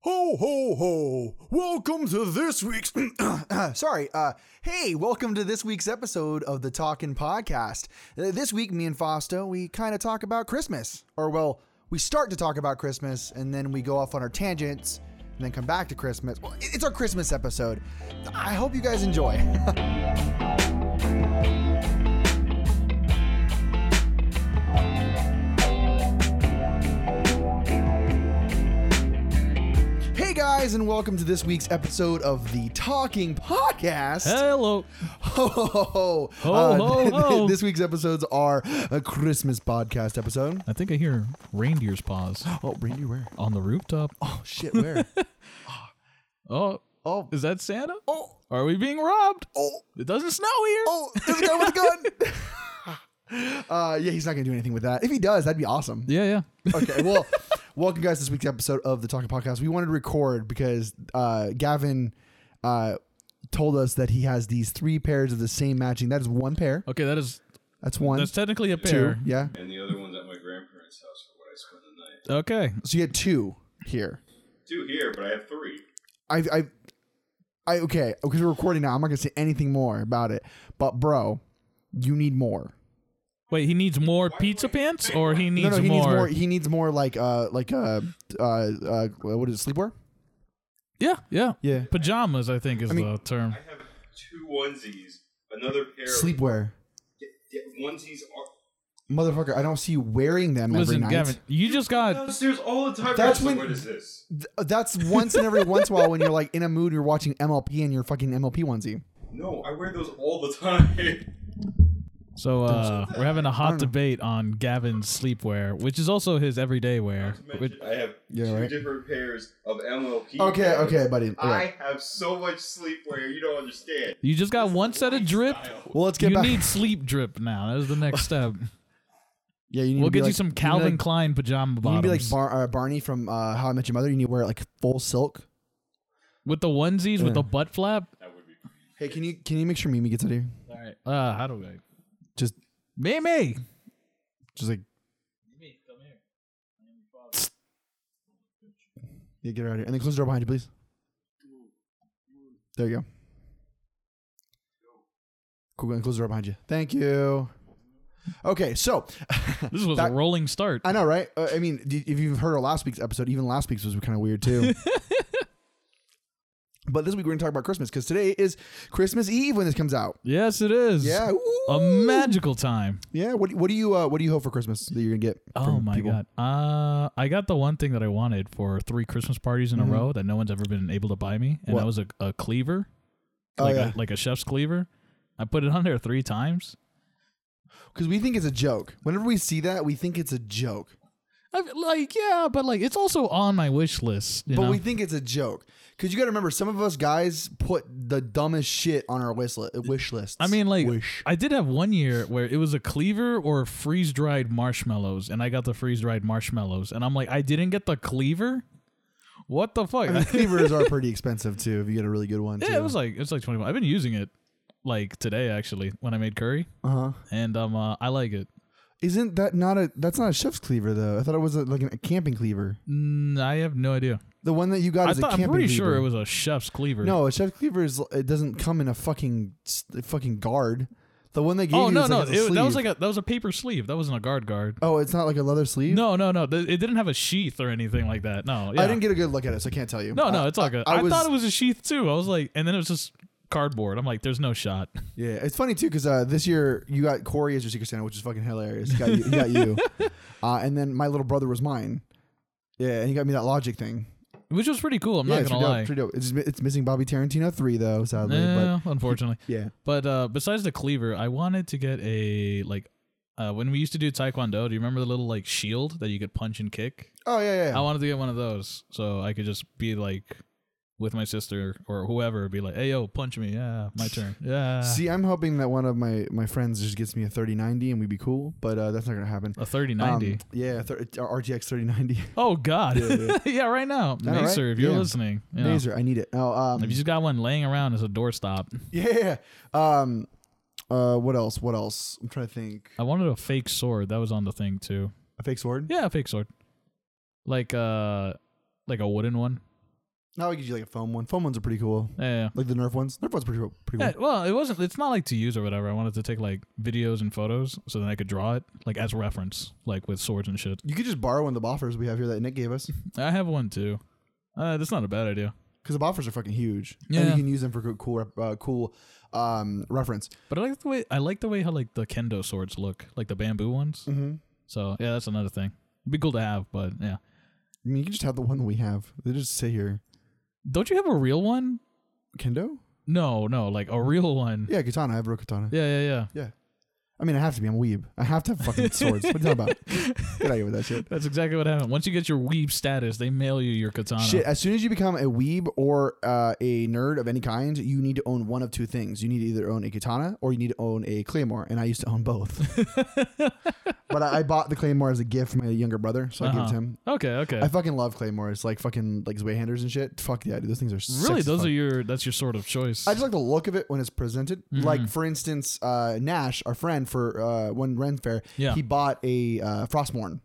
Ho ho ho! Welcome to this week's. Sorry. Uh, hey, welcome to this week's episode of the Talkin' Podcast. Uh, this week, me and Fosto, we kind of talk about Christmas. Or, well, we start to talk about Christmas and then we go off on our tangents and then come back to Christmas. Well, it- it's our Christmas episode. I hope you guys enjoy. hey, guys, and welcome to this week's episode of the Talking Podcast. Hello. Ho ho ho ho! Ho, Uh, ho, ho. This week's episodes are a Christmas podcast episode. I think I hear reindeer's paws Oh, Brandy, where? on the rooftop. Oh shit, where? Oh, oh, is that Santa? oh, Are we being robbed? oh, It doesn't snow here. oh! There's a guy with a gun. uh, yeah, he's not gonna do anything with that. If he does, that'd be awesome. Yeah, yeah. Okay, well, welcome guys to this week's episode of the Talking Podcast. We wanted to record because uh, Gavin uh, told us that he has these three pairs of the same matching. That is one pair. Okay, that is That's one. that's technically a two. pair. Yeah. and the other one's at my grandparents' house for what I spent the night. Okay. So you had two here. Two here, but I have three. I, I, I okay, because we're recording now. I'm not gonna say anything more about it. But bro, you need more. Wait, he needs more pizza pants or he needs, no, no, he more? needs more. e- He needs more like uh like uh uh, uh what is it, sleepwear? Yeah, yeah. Yeah, Pajamas, I think, is the term. I have two onesies, another pair. sleepwear. Of, yeah, onesies are Motherfucker, I don't see you wearing them every Listen, night. Gavin, you just got. downstairs all the time. That's I'm like, when- What is this? Th- uh, That's once and every once in a while when you're like in a mood, you're watching MLP and you're fucking MLP onesie. No, I wear those all the time. So uh, we're having a hot don't know. debate on Gavin's sleepwear, which is also his everyday wear. Which, I have Yeah, two right. different pairs of MLP. Okay, pairs. okay, buddy. All right. I have so much sleepwear, you don't understand. you just got one set of drip. Well, let's get You back. need sleep drip now. That is the next step. yeah, you need. We'll to be get you like- some need, Calvin like- Klein pajama You need to bottoms be like Bar- uh, Barney from uh, How I Met Your Mother. You need to wear like full silk. with the onesies with the butt flap. That would be. Hey, can you can you make sure Mimi gets out of here? All right. Uh, how do I? Just Mimi. just like Yeah, get her out of here. And then close the door behind you, please. There you go. Cool. And close the door behind you. Thank you. Okay, so This was That- a rolling start. I know, right? Uh, I mean, d- if you've heard our last week's episode, even last week's was kind of weird too. but this week we're gonna talk about Christmas because today is Christmas Eve when this comes out. yes, it is. Yeah. A ooh. magical time. yeah. What, what do you uh, what do you hope for Christmas that you're gonna get? Oh from my people? god. Uh, I got the one thing that I wanted for three Christmas parties in a row that no one's ever been able to buy me, Mm-hmm. and What? that was a, a cleaver, Oh, like yeah. a, like a chef's cleaver. I put it on there three times. Because we think it's a joke. Whenever we see that, we think it's a joke. I, like yeah, but like it's also on my wish list. You But know? we think it's a joke. Because you got to remember, some of us guys put the dumbest shit on our wish, li- wish lists. I mean, like, wish. I did have one year where it was a cleaver or freeze dried marshmallows, and I got the freeze dried marshmallows, and I'm like, I didn't get the cleaver. What the fuck? I mean, cleavers are pretty expensive too. If you get a really good one, yeah, it was like it's like twenty one. I've been using it like today actually when I made curry, uh huh. and um, uh, I like it. Isn't that not a? That's not a chef's cleaver though. I thought it was a, like an- a camping cleaver. Mm, I have no idea. The one that you got I is a thought, camping I'm pretty cleaver. sure it was a chef's cleaver. No, a chef's cleaver is. It doesn't come in a fucking s- fucking guard. The one they gave Oh you no is no! like, has a It, that was sleeve. like a that was a paper sleeve. That wasn't a guard guard. Oh, it's not like a leather sleeve. No no no! Th- It didn't have a sheath or anything like that. No, yeah. I didn't get a good look at it, so I can't tell you. No, no, I- it's all good. I, was- thought it was a sheath too. I was like, and then it was just cardboard. I'm like, there's no shot. Yeah, it's funny too because uh, this year you got Corey as your Secret Santa, which is fucking hilarious. He got you, he got you. Uh, and then my little brother was mine. Yeah, and he got me that logic thing. Which was pretty cool. I'm yeah, not it's gonna pretty lie. dope, pretty dope. It's, it's missing Bobby Tarantino three though, sadly. Yeah, unfortunately. But yeah, But uh, besides the cleaver, I wanted to get a like uh, when we used to do taekwondo. Do you remember the little like shield that you could punch and kick? oh yeah, I yeah. wanted to get one of those so I could just be like with my sister or whoever, be like, hey yo, punch me. Yeah, my turn. Yeah. See, I'm hoping that one of my my friends just gets me a 3090 and we'd be cool, but uh, that's not gonna happen. a 3090. Um, yeah, thir- RTX 3090. oh, God. Yeah, right now. know, right? Macer, if you're Yeah. listening. You know, Mazer, I need it. Oh, um, If you just got one laying around as a doorstop. yeah. Um, uh, what else? What else? I'm trying to think. I wanted a fake sword. That was on the thing too. A fake sword. Yeah, a fake sword. Like uh like a wooden one. I would give you like a foam one. Foam ones are pretty cool. Yeah. Like the Nerf ones. Nerf ones pretty cool. Pretty yeah. cool. Well, it wasn't. It's not like to use or whatever. I wanted to take like videos and photos, so then I could draw it like as reference, like with swords and shit. You could just borrow one of the boffers we have here that Nick gave us I have one too. Uh, that's not a bad idea. because the boffers are fucking huge. And Yeah. you can use them for cool, cool, rep- uh, cool um, reference. But I like the way I like the way how like the kendo swords look, like the bamboo ones. Mm-hmm. So yeah, that's another thing. It'd be cool to have, but yeah. I mean, you can just have the one that we have. They just sit here. Don't you have a real one? Kendo? No, no, like a real one. Yeah, katana. I have a real katana. Mm. Yeah, yeah, yeah. I mean, I have to be. I'm a weeb. I have to have fucking swords. What are you talking about? Get out of here with that shit. That's exactly what happened. Once you get your weeb status, they mail you your katana. Shit, as soon as you become a weeb or uh, a nerd of any kind, you need to own one of two things. You need to either own a katana or you need to own a claymore. And I used to own both. but I, I bought the claymore as a gift from my younger brother, so I gave it Uh-huh. to him. Okay, okay. I fucking love claymores, like fucking like Zweihanders and shit. Fuck yeah, dude. Those things are sick really, as those fuck. are your that's your sort of choice. I just like the look of it when it's presented. Mm-hmm. Like for instance, uh, Nash, our friend for uh, one Ren Fair, Yeah. Oh. he bought a uh, Frostmourne,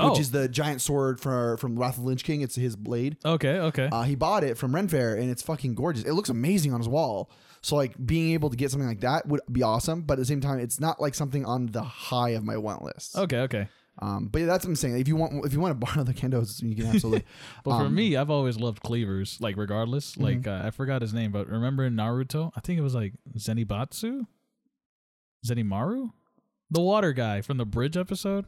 which is the giant sword for, from Wrath of the Lynch King. It's his blade. okay, okay. Uh, he bought it from Ren Fair, and it's fucking gorgeous. It looks amazing on his wall. So like being able to get something like that would be awesome. But at the same time, it's not like something on the high of my want list. okay, okay. Um, but yeah, that's what I'm saying. If you want, if you want to borrow the kendos, you can absolutely. But um, for me, I've always loved cleavers, like regardless. Mhm. Like uh, I forgot his name, but remember in Naruto, I think it was like Zenibatsu, Zenimaru, the water guy from the bridge episode.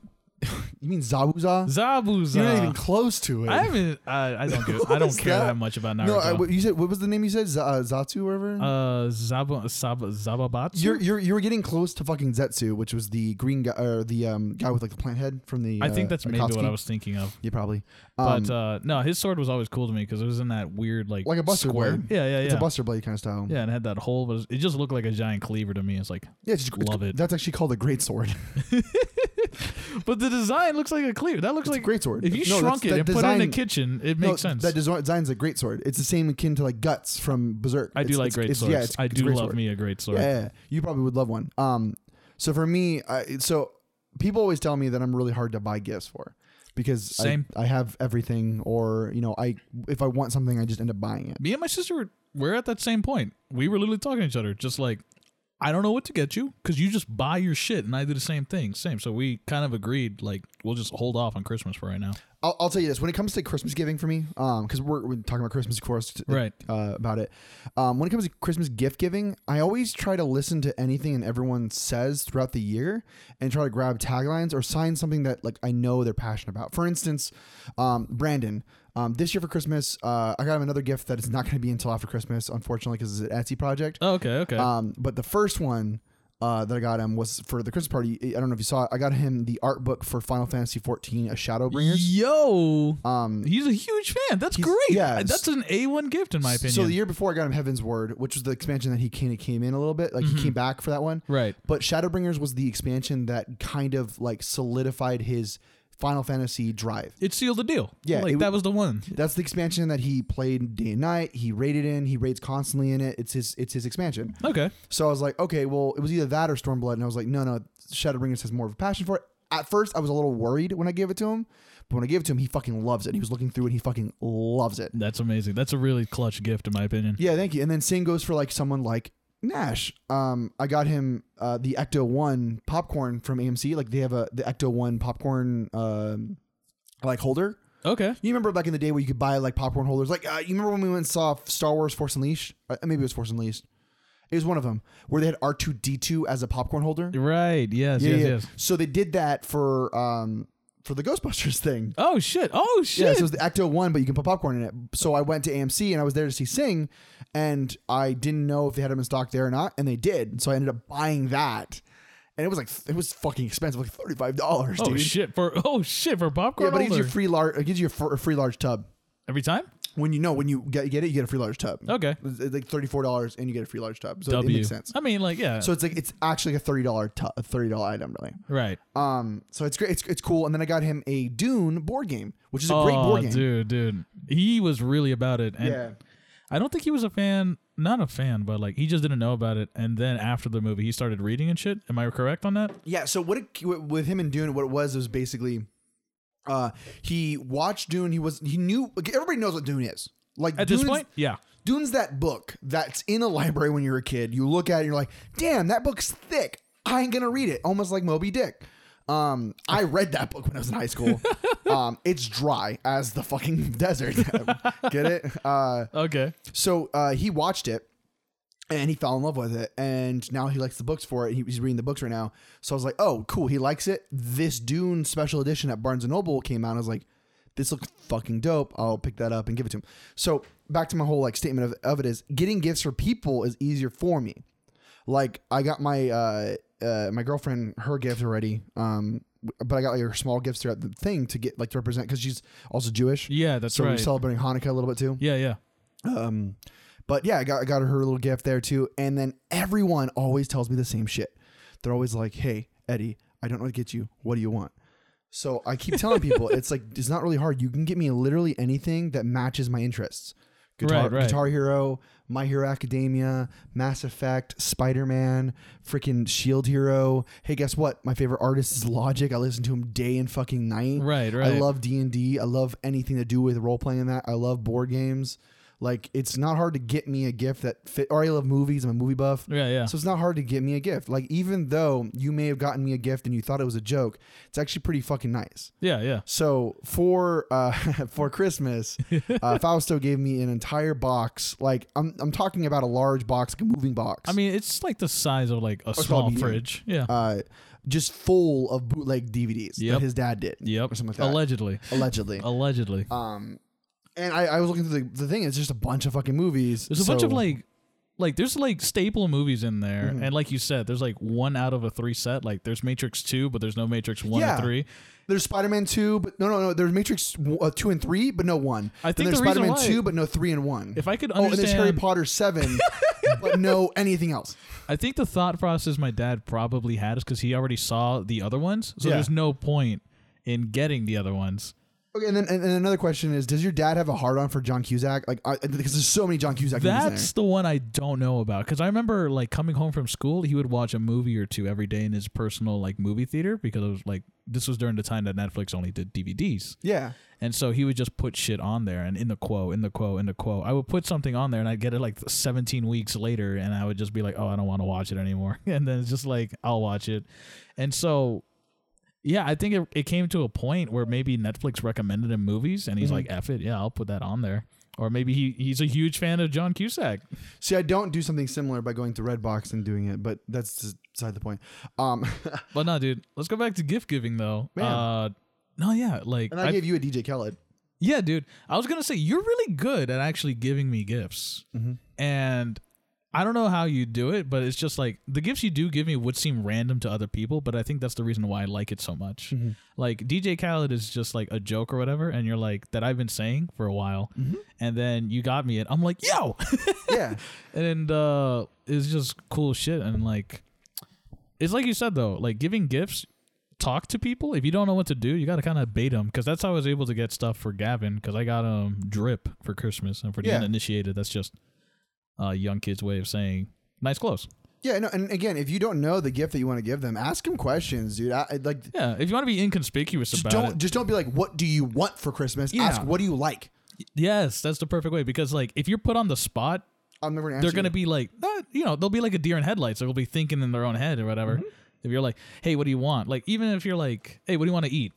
you mean Zabuza? Zabuza. You're not even close to it. I haven't. I, I don't. Give, What I don't is care that? that? much about Naruto. No, I, what you said what was the name you said? Z- uh, Zatsu, or whatever. uh, Zabu, Sab, Zababatsu. you're you're you were getting close to fucking Zetsu, which was the green guy or the um guy with like the plant head from the. I uh, think that's maybe Akatsuki. what I was thinking of. Yeah, probably. Um, But uh, no, his sword was always cool to me because it was in that weird like like a buster square. blade. Yeah, yeah, yeah. It's a Buster Blade kind of style. yeah, and it had that hole, but it just looked like a giant cleaver to me. It's like, Yeah, it's just, it's- Love it. That's actually called a great sword. but the design looks like a cleaver. That looks It's a like great sword. If you No, shrunk that's- it that and put it in a design- kitchen, it No, makes sense. That design, design's a great sword. It's the same akin to like guts from Berserk. I do It's- like it's- great it's- swords. Yeah, it's, I it's a do great love sword. me a great sword. Yeah, you probably would love one. Um, so for me, I, so people always tell me that I'm really hard to buy gifts for because I- Same. I, have everything, or you know, I if I want something, I just end up buying it. Me and my sister were, we're at that same point. We were literally talking to each other, just like, I don't know what to get you because you just buy your shit, and I do the same thing. Same. So we kind of agreed, like, we'll just hold off on Christmas for right now. I'll, I'll tell you this: when it comes to Christmas giving for me, um, because we're, we're talking about Christmas, of course, t- Right. Uh, about it. Um, when it comes to Christmas gift giving, I always try to listen to anything and everyone says throughout the year, and try to grab taglines or sign something that like I know they're passionate about. For instance, um, Brandon. Um, this year for Christmas, uh, I got him another gift that is not going to be until after Christmas, unfortunately, because it's an Etsy project. Oh, okay, okay. Um, but the first one uh, that I got him was for the Christmas party. I don't know if you saw it. I got him the art book for Final Fantasy XIV, A Shadowbringers. Yo, Um, he's a huge fan. That's he's- great. yeah, Yeah, that's an A one gift in my opinion. So the year before I got him Heaven's Word, which was the expansion that he kind of came in a little bit. Like he came back for that one. Mm-hmm. right. But Shadowbringers was the expansion that kind of like solidified his Final Fantasy drive. It sealed the deal. Yeah, like it- that was the one. That's the expansion that he played day and night. He raided in. He raids constantly in it. It's his. It's his expansion. Okay, So I was like, okay, well, it was either that or Stormblood, and I was like, no, no, Shadowbringers has more of a passion for it. At first, I was a little worried when I gave it to him, but when I gave it to him, he fucking loves it. He was looking through it. He fucking loves it. that's amazing. That's a really clutch gift in my opinion. Yeah, thank you. And then same goes for like someone like Nash. Um, I got him uh, the Ecto One popcorn from AMC. Like they have a the Ecto One popcorn um, like holder. Okay, You remember back in the day where you could buy like popcorn holders? Like uh, you remember when we went and saw Star Wars Force Unleashed? Uh, maybe it was Force Unleashed. It was one of them where they had R two D two as a popcorn holder. right. Yes, yes, yes. So they did that for um for the Ghostbusters thing. Oh shit! Oh shit! Yeah, so it was the Ecto One, but you can put popcorn in it. So I went to AMC and I was there to see Sing, and I didn't know if they had them in stock there or not, and they did. So I ended up buying that, and it was like it was fucking expensive, like thirty five dollars, oh dude. shit! For oh shit! For popcorn yeah, but it gives you holder. a free large. It gives you a, fr- a free large tub. every time. When you know when you get, get it, you get a free large tub. Okay. It's it's like thirty four dollars, and you get a free large tub. So W. I it makes sense. mean, like yeah. So it's like it's actually a thirty dollar tu- a thirty dollar item really. right. Um, so it's great. It's, it's cool. And then I got him a Dune board game, which is a great Oh, board game. dude, dude, he was really about it, and Yeah. I don't think he was a fan. Not a fan, but like he just didn't know about it. And then after the movie, he started reading and shit. Am I correct on that? Yeah. So what it, with him and Dune, what it was was basically, uh, he watched Dune. He was he knew like, everybody knows what Dune is. Like At this Dune's- point, yeah. Dune's that book that's in a library when you're a kid. You look at it and you're like, damn, that book's thick. I ain't gonna read it. Almost like Moby Dick. Um, I read that book when I was in high school. um, it's dry as the fucking desert. Get it? Uh, Okay. so uh, he watched it and he fell in love with it. And now he likes the books for it. He- He's reading the books right now. So I was like, oh, cool. He likes it. This Dune special edition at Barnes and Noble came out. I was like, this looks fucking dope. I'll pick that up and give it to him. So back to my whole like statement of, of it is getting gifts for people is easier for me. Like I got my uh, uh my girlfriend her gift already. Um but I got like her small gifts throughout the thing to get like to represent because she's also Jewish. Yeah, that's so we're right. celebrating Hanukkah a little bit too. yeah, yeah. Um, but yeah, I got, I got her a little gift there too. And then everyone always tells me the same shit. They're always like, hey, Eddie, I don't know what to get you. What do you want? So I keep telling people, it's like, it's not really hard. You can get me literally anything that matches my interests. Guitar, Right, right. Guitar Hero, My Hero Academia, Mass Effect, Spider Man, freaking Shield Hero. Hey, guess what? My favorite artist is Logic. I listen to him day and fucking night. Right, I right. love D and D. I love anything to do with role playing. and That I love board games. Like it's not hard to get me a gift that fit. Or I love movies. I'm a movie buff. Yeah, yeah. So it's not hard to get me a gift. Like even though you may have gotten me a gift and you thought it was a joke, it's actually pretty fucking nice. yeah, yeah. So for uh, for Christmas, uh, Fausto gave me an entire box. Like I'm I'm talking about a large box, like a moving box. I mean, it's like the size of like a small small medium. fridge. Yeah. uh, just full of bootleg DVDs Yep. that his dad did. yep. or something like that. Allegedly. Allegedly. Allegedly. Um, and I, I was looking through the, the thing. It's just a bunch of fucking movies. There's a bunch of so- Mm-hmm. like, like there's like staple movies in there, and like you said, there's like one out of a three set. Like there's Matrix Two, but there's no Matrix One Yeah. or Three. There's Spider-Man two, but no, no, no. There's Matrix uh, two and three, but no one. I Then think there's the reason Spider-Man why- two, but no three and one. If I could oh, and there's Harry understand- Potter seven, but no anything else. I think the thought process my dad probably had is because he already saw the other ones, so Yeah. there's no point in getting the other ones. Okay, and then and, and another question is: Does your dad have a hard on for John Cusack? Like, I, because there's so many John Cusack That's movies. the one I don't know about because I remember like coming home from school, he would watch a movie or two every day in his personal like movie theater because it was like this was during the time that Netflix only did DVDs. In there. Yeah. And so he would just put shit on there and in the quote, in the quote, in the quote. I would put something on there and I'd get it like 17 weeks later and I would just be like, oh, I don't want to watch it anymore. And then it's just like, I'll watch it. And so, yeah, I think it, it came to a point where maybe Netflix recommended him movies and he's Mm-hmm. like, F it. Yeah, I'll put that on there. Or maybe he, he's a huge fan of John Cusack. See, I don't do something similar by going to Redbox and doing it, but that's beside the point. Um, But no, dude, let's go back to gift giving though. Man. Uh, no, yeah, like, and I, I- gave you a DJ Khaled. Yeah, dude. I was gonna say you're really good at actually giving me gifts, and I don't know how you do it, but it's just like the gifts you do give me would seem random to other people, but I think that's the reason why I like it so much. Like DJ Khaled is just like a joke or whatever, and you're like that I've been saying for a while, and then you got me it. I'm like, yo, Yeah. and uh, it's just cool shit, and like it's like you said though, like giving gifts, talk to people. If you don't know what to do, you got to kind of bait them because that's how I was able to get stuff for Gavin because I got um drip for Christmas and for the Yeah. uninitiated, that's just a young kid's way of saying nice clothes. Yeah, no, and again, if you don't know the gift that you want to give them, ask them questions, dude. I, I- like Yeah, if you want to be inconspicuous just about don't it, just don't be like, what do you want for Christmas? Yeah. Ask what do you like. yes, that's the perfect way because like if you're put on the spot, I'm never gonna. they're answer gonna you. be like, "Ah," you know, they'll be like a deer in headlights. They'll be thinking in their own head or whatever. If you're like, hey, what do you want? Like, even if you're like, hey, what do you want to eat?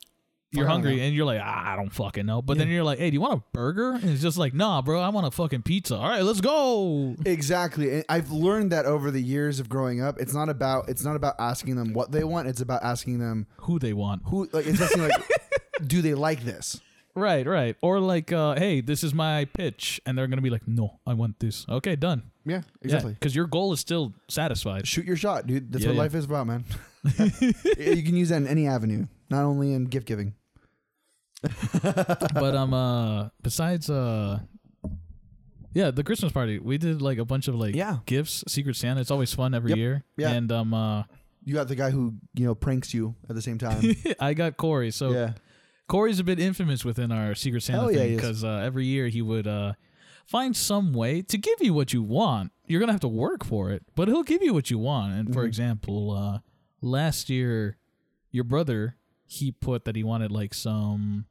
You're I don't hungry and you're like, ah, I don't fucking know. But then you're like, hey, do you want a burger? And it's just like, nah, bro, I want a fucking pizza. All right, let's go. exactly. And I've learned that over the years of growing up, it's not about it's not about asking them what they want. It's about asking them Who they want. who like it's asking like, do they like this? Right, right. Or like, uh, hey, this is my pitch. And they're going to be like, no, I want this. Okay, done. Yeah, Exactly. exactly. Because your goal is still satisfied. Shoot your shot, dude. That's Yeah, what yeah. life is about, man. you can use that in any avenue, not only in gift giving. but um uh besides uh yeah the christmas party we did like a bunch of like Yeah. gifts secret santa it's always fun every Yep. year Yeah. and um uh You got the guy who you know pranks you at the same time. i got corey so yeah. corey's a bit infamous within our secret santa Hell yeah, he thing is. because uh, every year he would uh find some way to give you what you want you're gonna have to work for it but he'll give you what you want and Mm-hmm. for example uh last year your brother he put that he wanted like some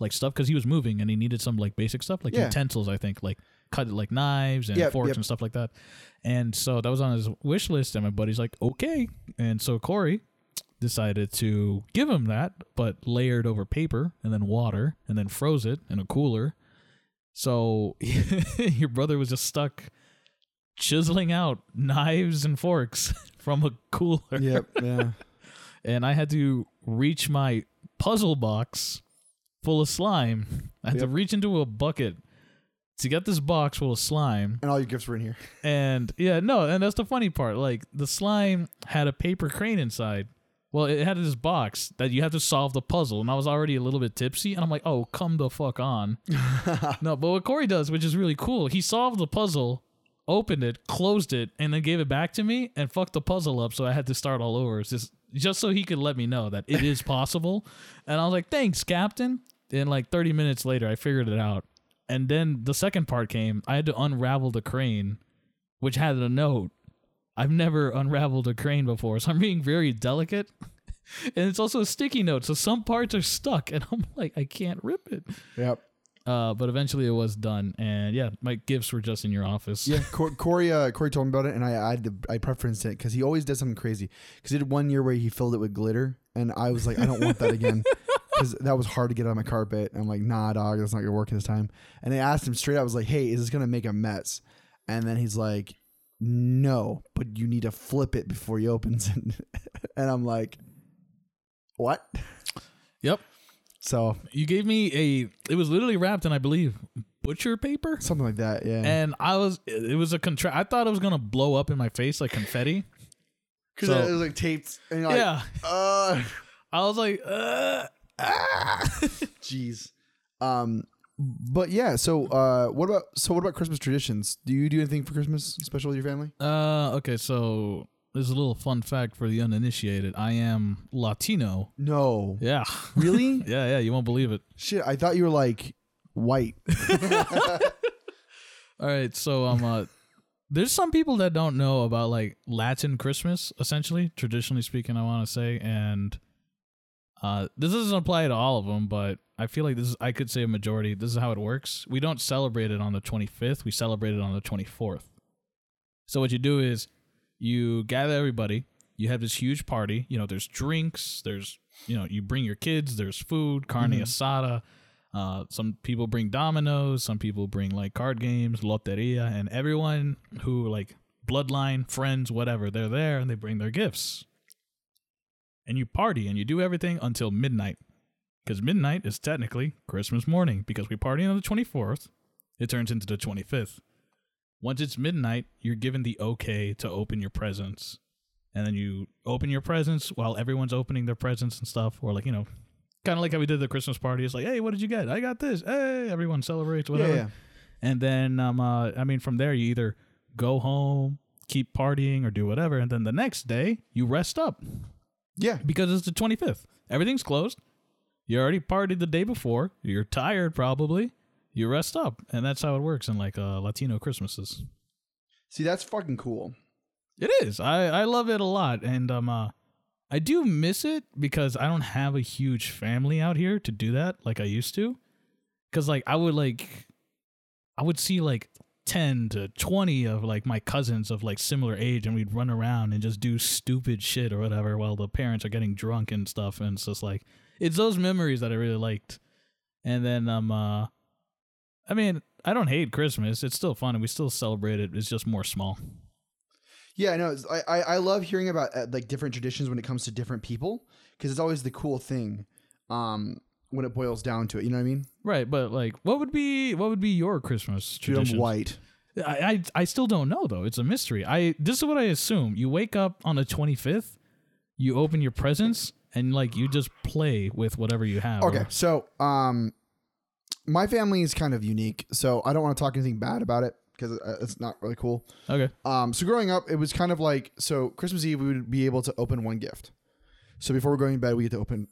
like stuff because he was moving and he needed some like basic stuff like Yeah. utensils I think like cut like knives and Yep, forks yep. and stuff like that. And so that was on his wish list and my buddy's like okay. And so Corey decided to give him that but layered over paper and then water and then froze it in a cooler. So your brother was just stuck chiseling out knives and forks from a cooler Yep. Yeah. and I had to reach my puzzle box full of slime. I had to reach into a bucket to get this box full of slime. and all your gifts were in here. And yeah, no, and that's the funny part. Like the slime had a paper crane inside. Well, it had this box that you have to solve the puzzle, and I was already a little bit tipsy, and I'm like, "Oh, come the fuck on!" no, but what Corey does, which is really cool, he solved the puzzle, opened it, closed it, and then gave it back to me, and fucked the puzzle up, so I had to start all over. It's just just so he could let me know that it is possible, and I was like, "Thanks, Captain." And like 30 minutes later, I figured it out, and then the second part came. I had to unravel the crane which had a note. I've never unraveled a crane before, so I'm being very delicate. And it's also a sticky note, so some parts are stuck, and I'm like, I can't rip it. Yep. Uh, but eventually it was done, and yeah, my gifts were just in your office. Yeah, Cor- Corey. Uh, Corey told me about it, and I I, had to, I preferenced it because he always does something crazy. Because he did one year where he filled it with glitter, and I was like, I don't want that again, because that was hard to get on my carpet. And I'm like, Nah, dog, that's not gonna work this time. And I asked him straight. I was like, Hey, is this gonna make a mess? And then he's like, No, but you need to flip it before he opens it. and I'm like, What? Yep. So You gave me a. It was literally wrapped in, I believe, butcher paper. something like that. Yeah. And I was. It was a contra. I thought it was gonna blow up in my face like confetti. Because So- it was like taped. And you're like, yeah. Uh, I was like, uh, Jeez. Um, but yeah. So, uh, what about so what about Christmas traditions? Do you do anything for Christmas special with your family? Uh, okay, so there's a little fun fact for the uninitiated. I am Latino. No. Yeah. Really? yeah, yeah, you won't believe it. Shit. I thought you were like white. All right, so um uh there's some people that don't know about like Latin Christmas, essentially, traditionally speaking, I want to say, and uh this doesn't apply to all of them, but I feel like this is I could say a majority. This is how it works. We don't celebrate it on the 25th, we celebrate it on the 24th. So what you do is you gather everybody, you have this huge party, you know, there's drinks, there's you know, you bring your kids, there's food, carne asada, uh, some people bring dominoes, some people bring like card games, loteria, and everyone who like bloodline, friends, whatever, they're there and they bring their gifts. And you party and you do everything until midnight. Because midnight is technically Christmas morning because we party on the 24th. It turns into the 25th. Once it's midnight, you're given the okay to open your presents. And then you open your presents while everyone's opening their presents and stuff, or like, you know, kind of like how we did the Christmas party. It's like, hey, what did you get? I got this. Hey, everyone celebrates, whatever. yeah. And then, um, uh, I mean, from there, you either go home, keep partying, or do whatever. And then the next day, you rest up Yeah. because it's the 25th. Everything's closed. You already partied the day before. You're tired, probably. You rest up. And that's how it works in like uh, Latino Christmases. See, that's fucking cool. It is. I, I love it a lot. And um, uh, I do miss it because I don't have a huge family out here to do that like I used to. Because, like, I would like, I would see like 10 to 20 of like my cousins of like similar age and we'd run around and just do stupid shit or whatever while the parents are getting drunk and stuff. And it's just like, it's those memories that I really liked. And then, um, uh, I mean, I don't hate Christmas. It's still fun and we still celebrate it. It's just more small. Yeah, no, it's, I, I I love hearing about uh, like different traditions when it comes to different people because it's always the cool thing, um, when it boils down to it. You know what I mean? Right, but like, what would be what would be your Christmas Dude, I'm tradition? white. I, I I still don't know though. It's a mystery. I this is what I assume. You wake up on the twenty fifth, you open your presents, and like you just play with whatever you have. Okay, so um, my family is kind of unique, so I don't want to talk anything bad about it because it's not really cool. Okay. Um, so growing up, it was kind of like so Christmas Eve we would be able to open one gift. So before we're going to bed, we get to open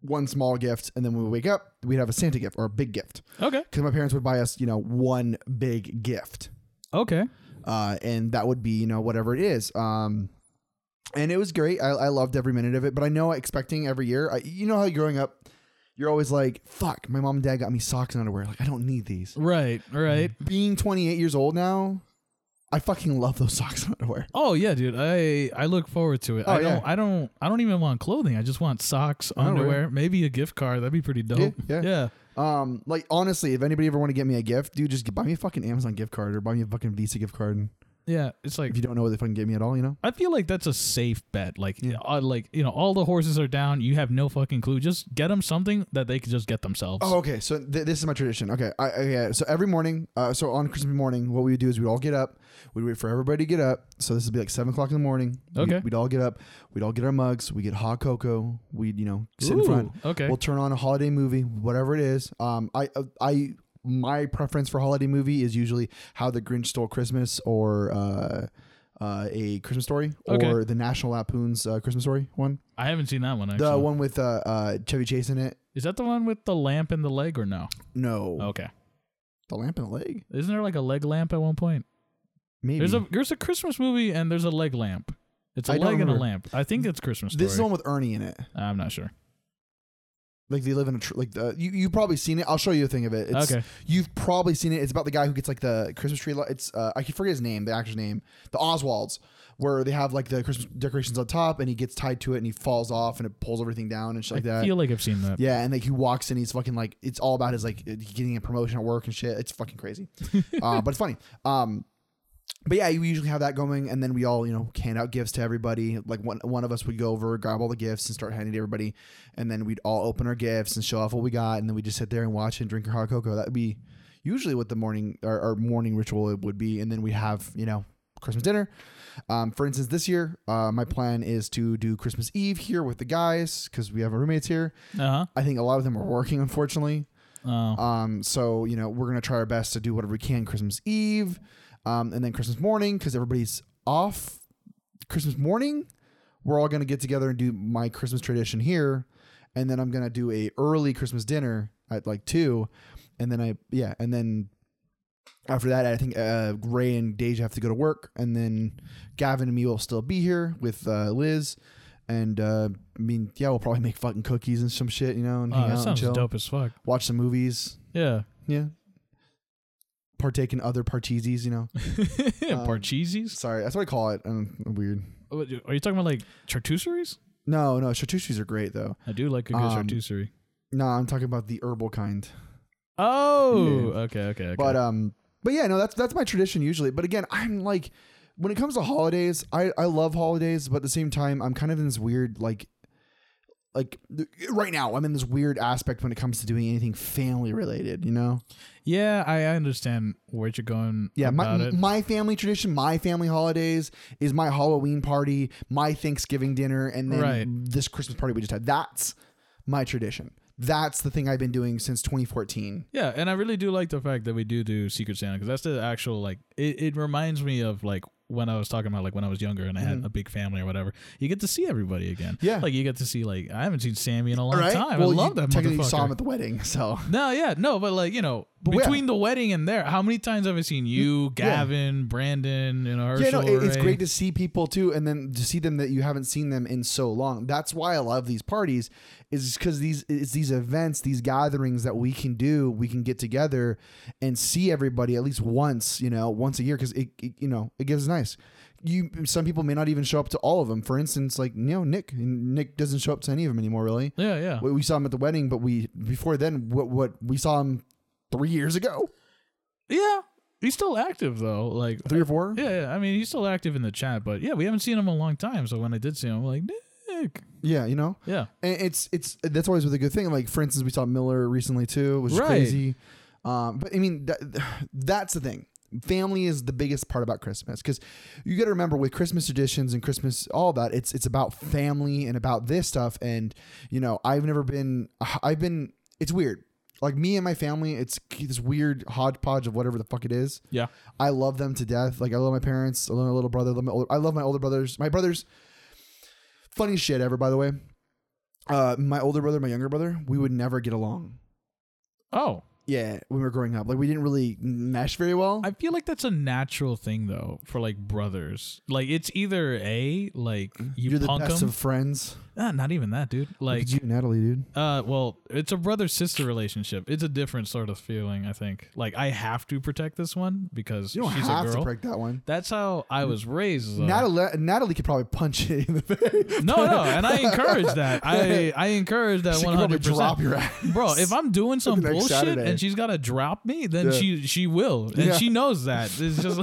one small gift, and then when we wake up, we'd have a Santa gift or a big gift Okay. because my parents would buy us, you know, one big gift, Okay. uh, and that would be you know whatever it is. Um, and it was great. I, I loved every minute of it, but I know expecting every year, I, you know how growing up, you're always like, fuck, my mom and dad got me socks and underwear. Like, I don't need these. Right, right. Being 28 years old now, I fucking love those socks and underwear. Oh yeah, dude. I I look forward to it. Oh, I don't yeah. I don't I don't even want clothing. I just want socks, Underwear. underwear, maybe a gift card. That'd be pretty dope. yeah. Um, like honestly, if anybody ever want to get me a gift, dude, just buy me a fucking Amazon gift card or buy me a fucking Visa gift card. And Yeah, It's like if you don't know what they fucking get me at all, you know. I feel like that's a safe bet. Like, uh, like you know, all the horses are down. You have no fucking clue. Just get them something that they could just get themselves. Oh, okay. So th- this is my tradition. Okay. I, I yeah. So every morning, uh, so on Christmas morning, what we would do is we'd all get up. We'd wait for everybody to get up. So this would be like seven o'clock in the morning. We'd- Okay. We'd, all get up. We'd all get our mugs. We get hot cocoa. We'd you know sit in front. Ooh, okay. We'll turn on a holiday movie, whatever it is. Um, I I my preference for holiday movie is usually How the Grinch Stole Christmas or. Uh, uh, a Christmas Story or Okay. the National Lampoon's uh, Christmas Story one, I haven't seen that one actually. the one with uh, uh, Chevy Chase in it. Is that the one with the lamp and the leg or no? No, Okay. the lamp and the leg. Isn't there like a leg lamp at one point? Maybe There's a there's a Christmas movie and there's a leg lamp. It's a I don't leg and a remember. lamp. I think it's Christmas story. This is the one with Ernie in it. I'm not sure. Like they live in a tr- like the, you you probably seen it. I'll show you a thing of it. It's, Okay. you've probably seen it. It's about the guy who gets like the Christmas tree. li- It's uh, I can forget his name, the actor's name, the Oswalds, where they have like the Christmas decorations on top, and he gets tied to it, and he falls off, and it pulls everything down and shit like I that. feel like I've seen that. yeah, and like he walks in, he's fucking like it's all about his like uh, getting a promotion at work and shit. It's fucking crazy, uh, but it's funny. Um, but yeah, we usually have that going, and then we all you know hand out gifts to everybody. Like one one of us would go over, grab all the gifts, and start handing to everybody, and then we'd all open our gifts and show off what we got, and then we just sit there and watch and drink our hot cocoa. That would be usually what the morning our, our morning ritual would be, and then we have you know Christmas dinner. Um, for instance, this year uh, my plan is to do Christmas Eve here with the guys because we have our roommates here. Uh I think a lot of them are working, unfortunately. huh. Oh. Um, so you know we're gonna try our best to do whatever we can Christmas Eve, um, and then Christmas morning because everybody's off. Christmas morning, we're all gonna get together and do my Christmas tradition here, and then I'm gonna do a early Christmas dinner at like two, and then I yeah, and then after that I think uh, Ray and Deja have to go to work, and then Gavin and me will still be here with uh, Liz. And uh, I mean, yeah, we'll probably make fucking cookies and some shit, you know, and hang Oh, that out and sounds chill dope as fuck. watch some movies. Yeah. Yeah. Partake in other parteesies, you know. Um, Parcheesi's? Sorry, that's what I call it. Um, weird. What- Are you talking about like charcuteries? No, no, chartreuse are great though. I do like a good Um, charcuterie. No, I'm talking about the herbal kind. Oh, yeah. okay, okay, okay. But um, but yeah, no, that's that's my tradition usually. But again, I'm like, when it comes to holidays, I I love holidays, but at the same time, I'm kind of in this weird like, like th- right now, I'm in this weird aspect when it comes to doing anything family related. You know? yeah, I, I understand where you're going. Yeah, about my, it. my family tradition, my family holidays is my Halloween party, my Thanksgiving dinner, and then Right. this Christmas party we just had. That's my tradition. That's the thing I've been doing since 2014. Yeah, and I really do like the fact that we do do Secret Santa because that's the actual like. It, it reminds me of like when I was talking about like when I was younger and I had a big family or whatever. You get to see everybody again. Mm-hmm. Yeah. like you get to see like I haven't seen Sammy in a long time. Well, I love you that technically motherfucker. saw him at the wedding, so no, yeah, no, but like you know, yeah. between the wedding and there, how many times have I seen you, Gavin, Brandon, you know, Mm, yeah, no, Herschel? it- it's Ray? great to see people too, and then to see them that you haven't seen them in so long. That's why I love these parties, is because these it's these events, these gatherings that we can do. We can get together and see everybody at least once, you know, once a year, because it, it, you know, it gives nice. You some people may not even show up to all of them. For instance, like you know, Nick, Nick doesn't show up to any of them anymore, really. Yeah, yeah. We, we saw him at the wedding, but we before then, what what we saw him three years ago, Yeah, he's still active though. Like, three or four. yeah, yeah, I mean, he's still active in the chat, but yeah, we haven't seen him in a long time. So when I did see him, I'm like, Nick. yeah you know. Yeah, And it's it's that's always with a good thing. Like for instance, we saw Miller recently too, which is Right. crazy. Um, but I mean, that, that's the thing. Family is the biggest part about Christmas because you got to remember with Christmas traditions and Christmas all that it's it's about family and about this stuff. And you know, I've never been. I've been. It's weird. Like me and my family, it's this weird hodgepodge of whatever the fuck it is. yeah. I love them to death. Like I love my parents. I love my little brother. I love my older, I love my older brothers. My brothers, funny shit ever. By the way, uh, my older brother, my younger brother, we would never get along. Oh, Yeah, when we were growing up, like we didn't really mesh very well. I feel like that's a natural thing though for like brothers. Like it's either a like you You're the punk best 'em, of friends. Ah, not even that, dude. Like, It's you, Natalie, dude. uh, well, it's a brother sister relationship. It's a different sort of feeling, I think. Like, I have to protect this one because You don't she's a have to girl. Uh. break that one. That's how I was raised. though. Natalie, Natalie could probably punch you in the face. no, no, and I encourage that. I I encourage that She one could probably hundred percent. drop your ass. Bro, if I'm doing some Next bullshit Saturday. and she's gotta drop me, Yeah. then she she will, and Yeah. she knows that. It's just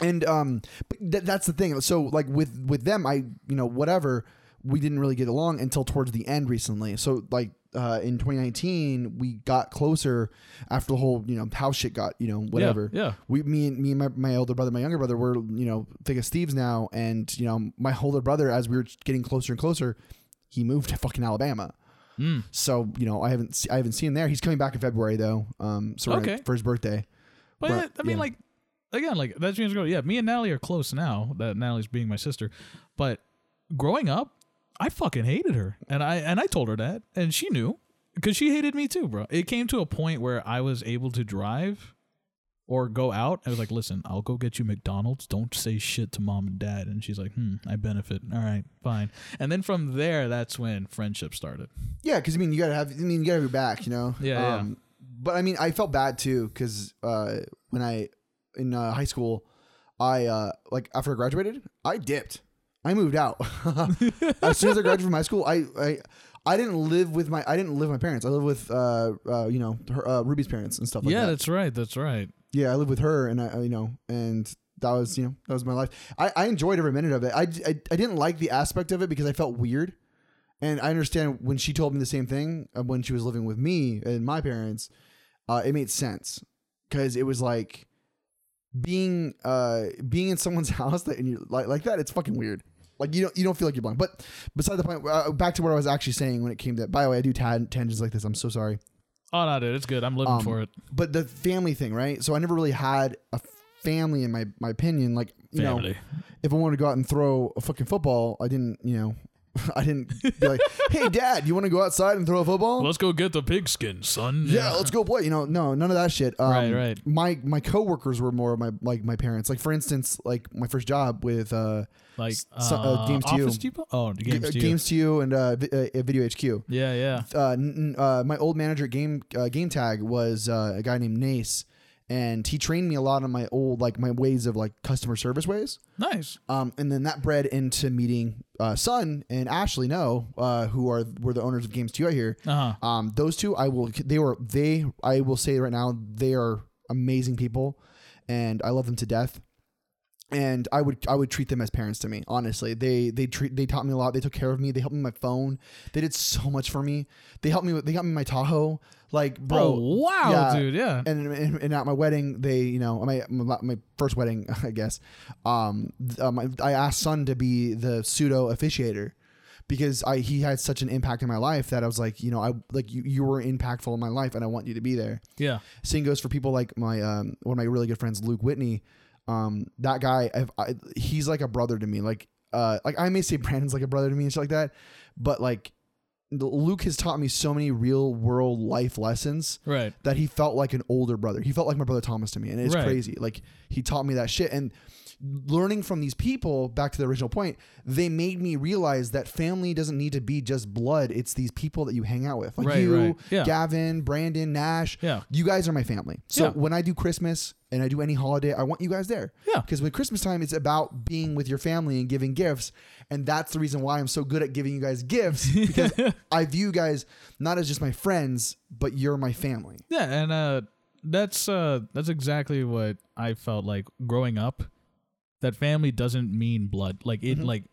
and um but th- that's the thing so like with with them i you know whatever we didn't really get along until towards the end recently so like uh in 2019 we got closer after the whole you know house shit got you know whatever yeah. we me and me and my, my elder brother my younger brother were you know thick as thieves now and you know my older brother as we were getting closer and closer he moved to fucking alabama Hmm. so you know i haven't se- i haven't seen him there he's coming back in february though um so we're gonna- Okay. for his birthday but Right, I mean, yeah. like again, like that dream's girl. Yeah, me and Natalie are close now. That Natalie's being my sister, but growing up, I fucking hated her, and I and I told her that, and she knew because she hated me too, bro. It came to a point where I was able to drive. Or go out. I was like, listen, I'll go get you McDonald's. Don't say shit to mom and dad. And she's like, hmm, I benefit. All right, fine. And then from there, that's when friendship started. Yeah, because I mean, you gotta have. I mean, you gotta have your back, you know. Um, Yeah, yeah. But I mean, I felt bad too because uh, when I in uh, high school, I uh, like after I graduated, I dipped. I moved out. as soon as I graduated from high school, I, I I didn't live with my I didn't live with my parents. I lived with uh, uh you know her, uh, Ruby's parents and stuff like yeah, that. that's right. That's right. yeah, I lived with her, and I I- you know, and that was you know that was my life. I, I enjoyed every minute of it. I, I I didn't like the aspect of it because I felt weird, and I understand when she told me the same thing uh, when she was living with me and my parents, uh, it made sense because it was like being uh being in someone's house that and you like like that it's fucking weird like you don't you don't feel like you're blind but beside the point uh, back to what i was actually saying when it came to by the way i do tan- tangents like this i'm so sorry Oh no, dude, it's good. I'm living Um, for it. but the family thing, right? So I never really had a family in my my opinion. Like you know, if I wanted to go out and throw a fucking football, I didn't. You know, I didn't be like, "Hey, Dad, you want to go outside and throw a football?" Let's go get the pigskin, son. yeah, let's go play. You know, no, none of that shit. Um, Right, right. My my coworkers were more of my like my parents. Like for instance, like my first job with uh, Like uh, So- uh, Games to you. Office Depot. Oh, G- games uh, to you. Games to you and uh, vi- uh, Video HQ. Yeah, yeah. uh, n- n- uh, my old manager at Game uh, Game Tag was uh, a guy named Nace, and he trained me a lot on my old like my ways of like customer service ways. Nice. Um, and then that bred into meeting uh, Sun and Ashley No, uh, who are were the owners of Games Two out here. Uh huh. Um, those two, I will. They were they. I will say right now, they are amazing people, and I love them to death. And I would I would treat them as parents to me. Honestly, they they treat they taught me a lot. They took care of me. They helped me with my phone. They did so much for me. They helped me. with- They got me my Tahoe. Like bro, oh wow, yeah. dude. Yeah. and, and, and at my wedding, they, you know, my my my first wedding, I guess, um, th- um, I- I asked Son to be the pseudo officiator because I he had such an impact in my life that I was like, you know, I like you you were impactful in my life and I want you to be there. yeah. Same goes for people like my um, one of my really good friends, Luke Whitney. Um, that guy, I've, I, he's like a brother to me. Like, uh, like I may say Brandon's like a brother to me and shit like that, but like. Luke has taught me so many real world life lessons Right. that he felt like an older brother. He felt like my brother Thomas to me, and it's Right. crazy. Like he taught me that shit, and learning from these people back to the original point, they made me realize that family doesn't need to be just blood. It's these people that you hang out with, like Right, you, right. Yeah. Gavin, Brandon, Nash. Yeah. you guys are my family. So Yeah. when I do Christmas and I do any holiday, I want you guys there. Yeah. because when Christmas time, it's about being with your family and giving gifts, and that's the reason why I'm so good at giving you guys gifts because I view you guys not as just my friends, but you're my family. Yeah, and uh, that's uh, that's exactly what I felt like growing up. That family doesn't mean blood. Like Mm-hmm. it, like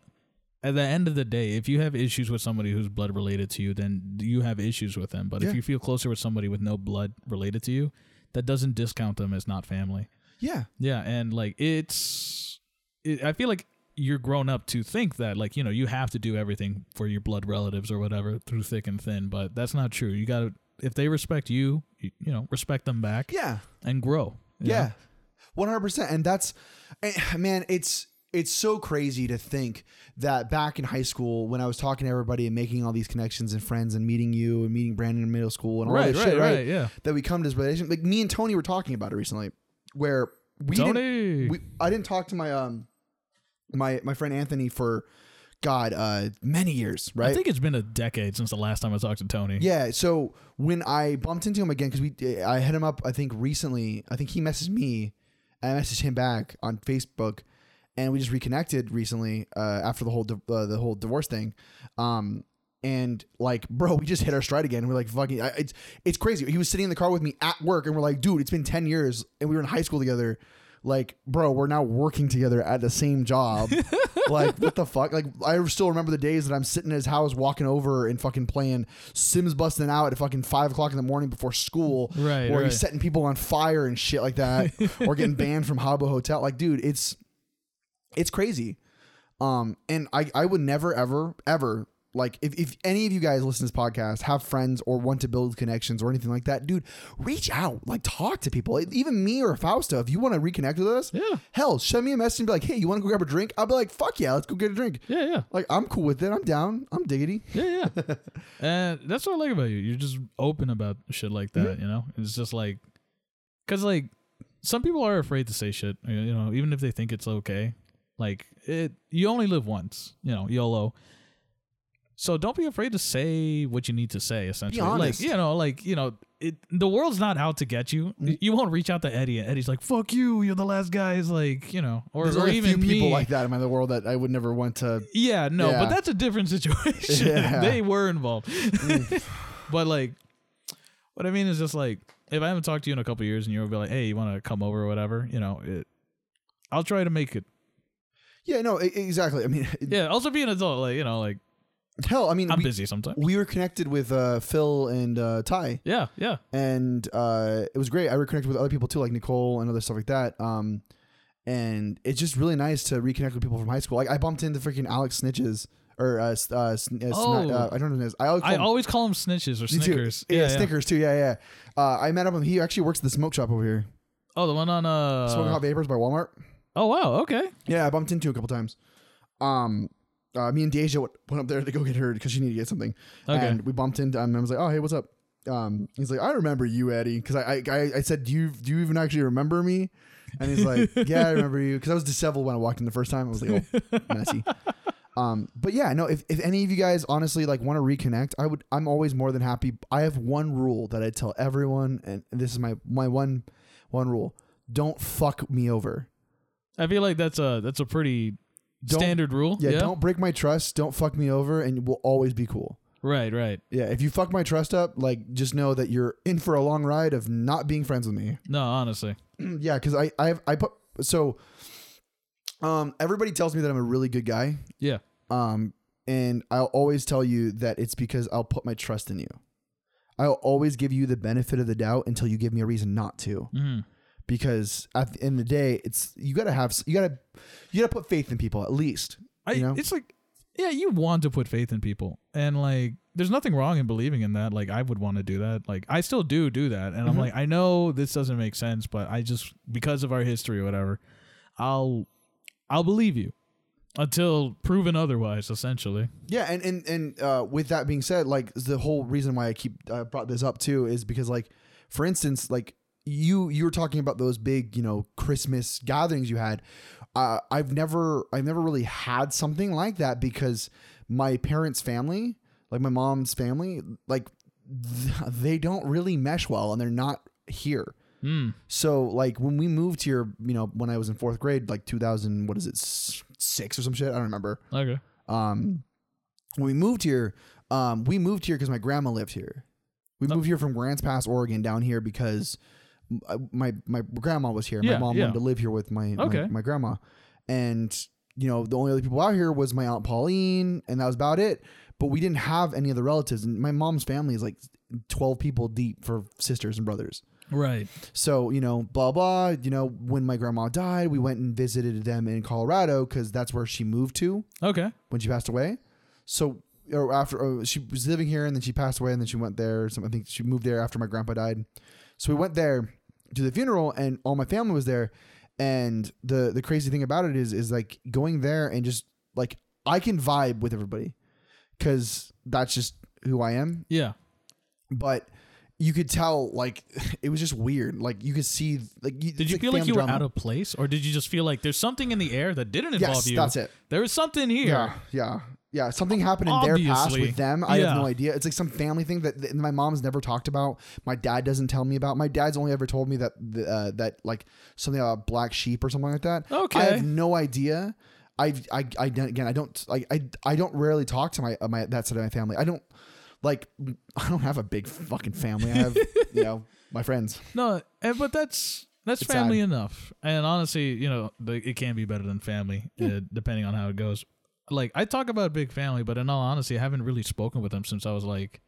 at the end of the day, if you have issues with somebody who's blood related to you, then you have issues with them. But Yeah. if you feel closer with somebody with no blood related to you, that doesn't discount them as not family. Yeah. Yeah, and like it's, it, I feel like you're grown up to think that like you know you have to do everything for your blood relatives or whatever through thick and thin, but that's not true. You got to if they respect you, you, you know, respect them back Yeah. and grow. you Yeah. know? One hundred percent. And that's eh, man, it's it's so crazy to think that back in high school when I was talking to everybody and making all these connections and friends and meeting you and meeting Brandon in middle school and all Right, this right, shit, right? right, yeah. That we come to this relation. Like me and Tony were talking about it recently where we didn't- Tony. we, I didn't talk to my um my my friend Anthony for God, uh, many years, right? I think it's been a decade since the last time I talked to Tony. Yeah. So when I bumped into him again, because we, I hit him up, I think recently. I think he messaged me, and I messaged him back on Facebook, and we just reconnected recently uh, after the whole di- uh, the whole divorce thing. Um, and like, bro, we just hit our stride again. We're like, fucking, I, it's it's crazy. He was sitting in the car with me at work, and we're like, dude, it's been ten years, and we were in high school together. Like, bro, we're now working together at the same job. like what the fuck? Like I still remember the days that I'm sitting at his house, walking over and fucking playing Sims busting out at fucking five o'clock in the morning before school, Right, Or right. he's setting people on fire and shit like that, or getting banned from Hobo Hotel. Like, dude, it's it's crazy. Um, and I I would never ever ever like if, if any of you guys listen to this podcast have friends or want to build connections or anything like that dude reach out like talk to people even me or fausto if you want to reconnect with us Yeah. hell send me a message and be like hey you want to go grab a drink i'll be like fuck yeah let's go get a drink Yeah, yeah. like i'm cool with it i'm down i'm diggity Yeah, yeah. and that's what I like about you. You're just open about shit like that, Mm-hmm. you know? It's just like, because, like, some people are afraid to say shit, you you know, even if they think it's okay. Like, it, you only live once, you know, YOLO. So don't be afraid to say what you need to say, essentially. honest. Like, you know, like, you know, it, the world's not out to get you. Mm-hmm. You won't reach out to Eddie, and Eddie's like, fuck you, you're the last guy. Is like, you know, or, there's or only even a few people me. like that in my world that i would never want to Yeah, no, Yeah. but that's a different situation. Yeah. Mm. they were involved. but like what I mean is just like if I haven't talked to you in a couple years and you'll be like, "Hey, you want to come over or whatever?" You know, it I'll try to make it. yeah no e- exactly i mean it- Yeah, also be an adult like, you know, like hell i mean I'm we, busy sometimes. we were connected with uh phil and uh ty Yeah, yeah. and uh, it was great. I reconnected with other people too, like Nicole and other stuff like that. Um, and it's just really nice to reconnect with people from high school. Like I bumped into freaking Alex Snitches or uh, s- uh, sn- uh, sni- Oh. uh, I don't know his. I always call I him- always call them snitches or Me too. snickers. Yeah, Snickers too. Yeah, yeah. Uh, I met up with him. He actually works at the smoke shop over here, Oh, the one on uh smoking hot vapors by Walmart. Oh, wow. Okay. Yeah, I bumped into him a couple times. Um, uh, me and Deja went went up there to go get her because she needed to get something. Okay. And we bumped into him. And I was like, "Oh, hey, what's up?" Um, he's like, "I remember you, Eddie," because I, I I- I said, "Do you do you even actually remember me?" And he's like, "Yeah, I remember you," because I was disheveled when I walked in the first time. I was like, "Oh, messy." Um, but yeah, no. If, if any of you guys honestly like want to reconnect, I would. I'm always more than happy. I have one rule that I tell everyone, and this is my my one one rule: don't fuck me over. I feel like that's a that's a pretty Don't- standard rule. Yeah, don't break my trust. Don't fuck me over, and we'll always be cool. Right, right. Yeah, if you fuck my trust up, like just know that you're in for a long ride of not being friends with me. No, honestly. yeah, because I I I put so. Um, everybody tells me that I'm a really good guy. Yeah. Um, and I'll always tell you that it's because I'll put my trust in you. I'll always give you the benefit of the doubt until you give me a reason not to. Mhm. Because at the end of the day, it's you gotta have s- you gotta you gotta put faith in people at least. I, you know? it's like yeah you want to put faith in people and like there's nothing wrong in believing in that like i would want to do that like i still do do that and i'm Mm-hmm. like i know this doesn't make sense but i just because of our history or whatever i'll i'll believe you until proven otherwise essentially Yeah, and and and uh, with that being said, like the whole reason why I keep uh, brought this up too is because like, for instance, like you you were talking about those big you know Christmas gatherings you had. Uh, I've never I've never really had something like that because my parents' family, like my mom's family, like th- they don't really mesh well and they're not here. Hmm. So like when we moved here, you know, when I was in fourth grade, like 2000, what is it, s- six or some shit? I don't remember okay um, when we moved here, um, we moved here because my grandma lived here. We moved here from Grants Pass, Oregon, down here because m- I- my my grandma was here. my Yeah, mom yeah. wanted to live here with my, my- Okay. my grandma, and you know the only other people out here was my aunt Pauline, and that was about it. But we didn't have any other relatives, and my mom's family is like twelve people deep for sisters and brothers. right So, you know, blah, blah. You know, when my grandma died, we went and visited them in Colorado because that's where she moved to okay when she passed away. So or after or she was living here and then she passed away and then she went there. Some I think she moved there after my grandpa died. So we went there to the funeral and all my family was there. And the the crazy thing about it is is like going there and just like I can vibe with everybody because that's just who I am yeah but you could tell like it was just weird. Like you could see like you, Did you feel like you were out of place, or did you just feel like there's something in the air that didn't involve Yes, you? that's it. There was something here. Yeah, yeah, yeah. Something happened in their past Obviously. with them. I have no Yeah. idea. It's like some family thing that, that my mom's never talked about. My dad doesn't tell me about. My dad's only ever told me that the, uh, that like something about black sheep or something like that. I Okay. have no idea. I I I don't- again I don't like I I don't rarely talk to my uh, my that side of my family. I don't like I don't have a big fucking family. I have you know my friends. No, and, but that's that's It's family sad. enough. And honestly, you know, the, it can be better than family, uh, depending on how it goes. Like I talk about big family, but in all honesty, I haven't really spoken with them since I was like,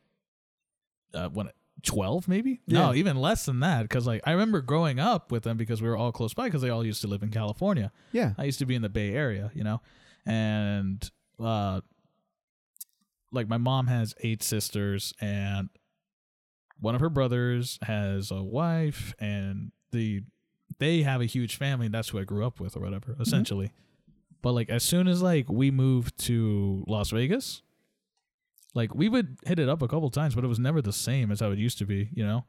uh, when twelve maybe. No, Yeah. even less than that. Because like I remember growing up with them because we were all close by because they all used to live in California. Yeah. I used to be in the Bay Area, you know, and uh, like my mom has eight sisters, and one of her brothers has a wife, and the they have a huge family. And that's who I grew up with, or whatever, Mm-hmm. essentially. But like as soon as like we moved to Las Vegas, like we would hit it up a couple times, but it was never the same as how it used to be, you know.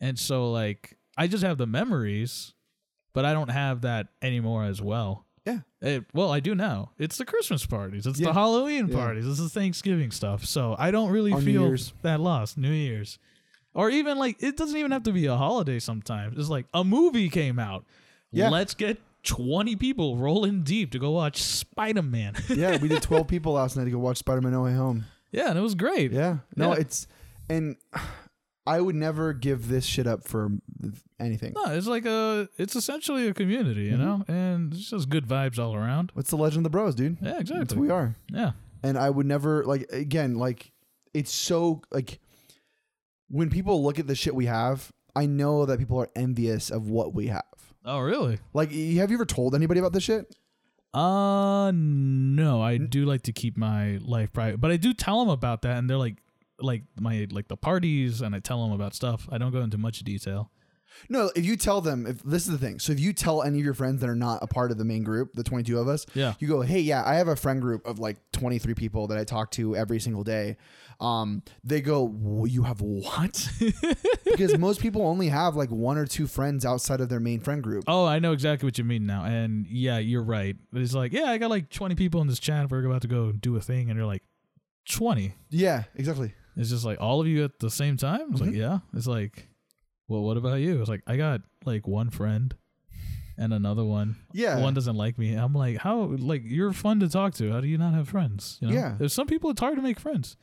And so like I just have the memories, but I don't have that anymore as well. Yeah. It, well, I do now. It's the Christmas parties. It's Yeah. the Halloween Yeah. parties. It's the Thanksgiving stuff. So I don't really Or New feel Year's. that lost. New Year's, or even like it doesn't even have to be a holiday. Sometimes it's like a movie came out. Yeah. Let's get twenty people rolling deep to go watch Spider Man. yeah, we did 12 people last night to go watch Spider-Man No Way Home. yeah, and it was great. Yeah. No, Yeah. it's and I would never give this shit up for anything. No, it's like a, it's essentially a community, Mm-hmm. you know, and it's just good vibes all around. What's the legend of the bros, dude? Yeah, That's exactly. who we are. Yeah, And I would never like again, like it's so like when people look at the shit we have, I know that people are envious of what we have. Oh, really? Like, y- have you ever told anybody about this shit? Uh, no, I Mm. do like to keep my life private, but I do tell them about that, and they're like, like my like the parties, and I tell them about stuff. I don't go into much detail. No, if you tell them, if this is the thing, so if you tell any of your friends that are not a part of the main group, the 22 of us, Yeah. you go, hey, yeah, I have a friend group of like 23 people that I talk to every single day. Um, they go, "Wh- you have what? because most people only have like one or two friends outside of their main friend group. Oh, I know exactly what you mean now, and yeah, you're right. It's like, yeah, I got like 20 people in this chat. We're about to go do a thing, and you're like, 20. Yeah, exactly. It's just like all of you at the same time. It's Mm-hmm. like, yeah. It's like, well, what about you? It's like I got like one friend and another one. Yeah. One doesn't like me. I'm like, how? Like you're fun to talk to. How do you not have friends? You know? Yeah. There's some people it's hard to make friends.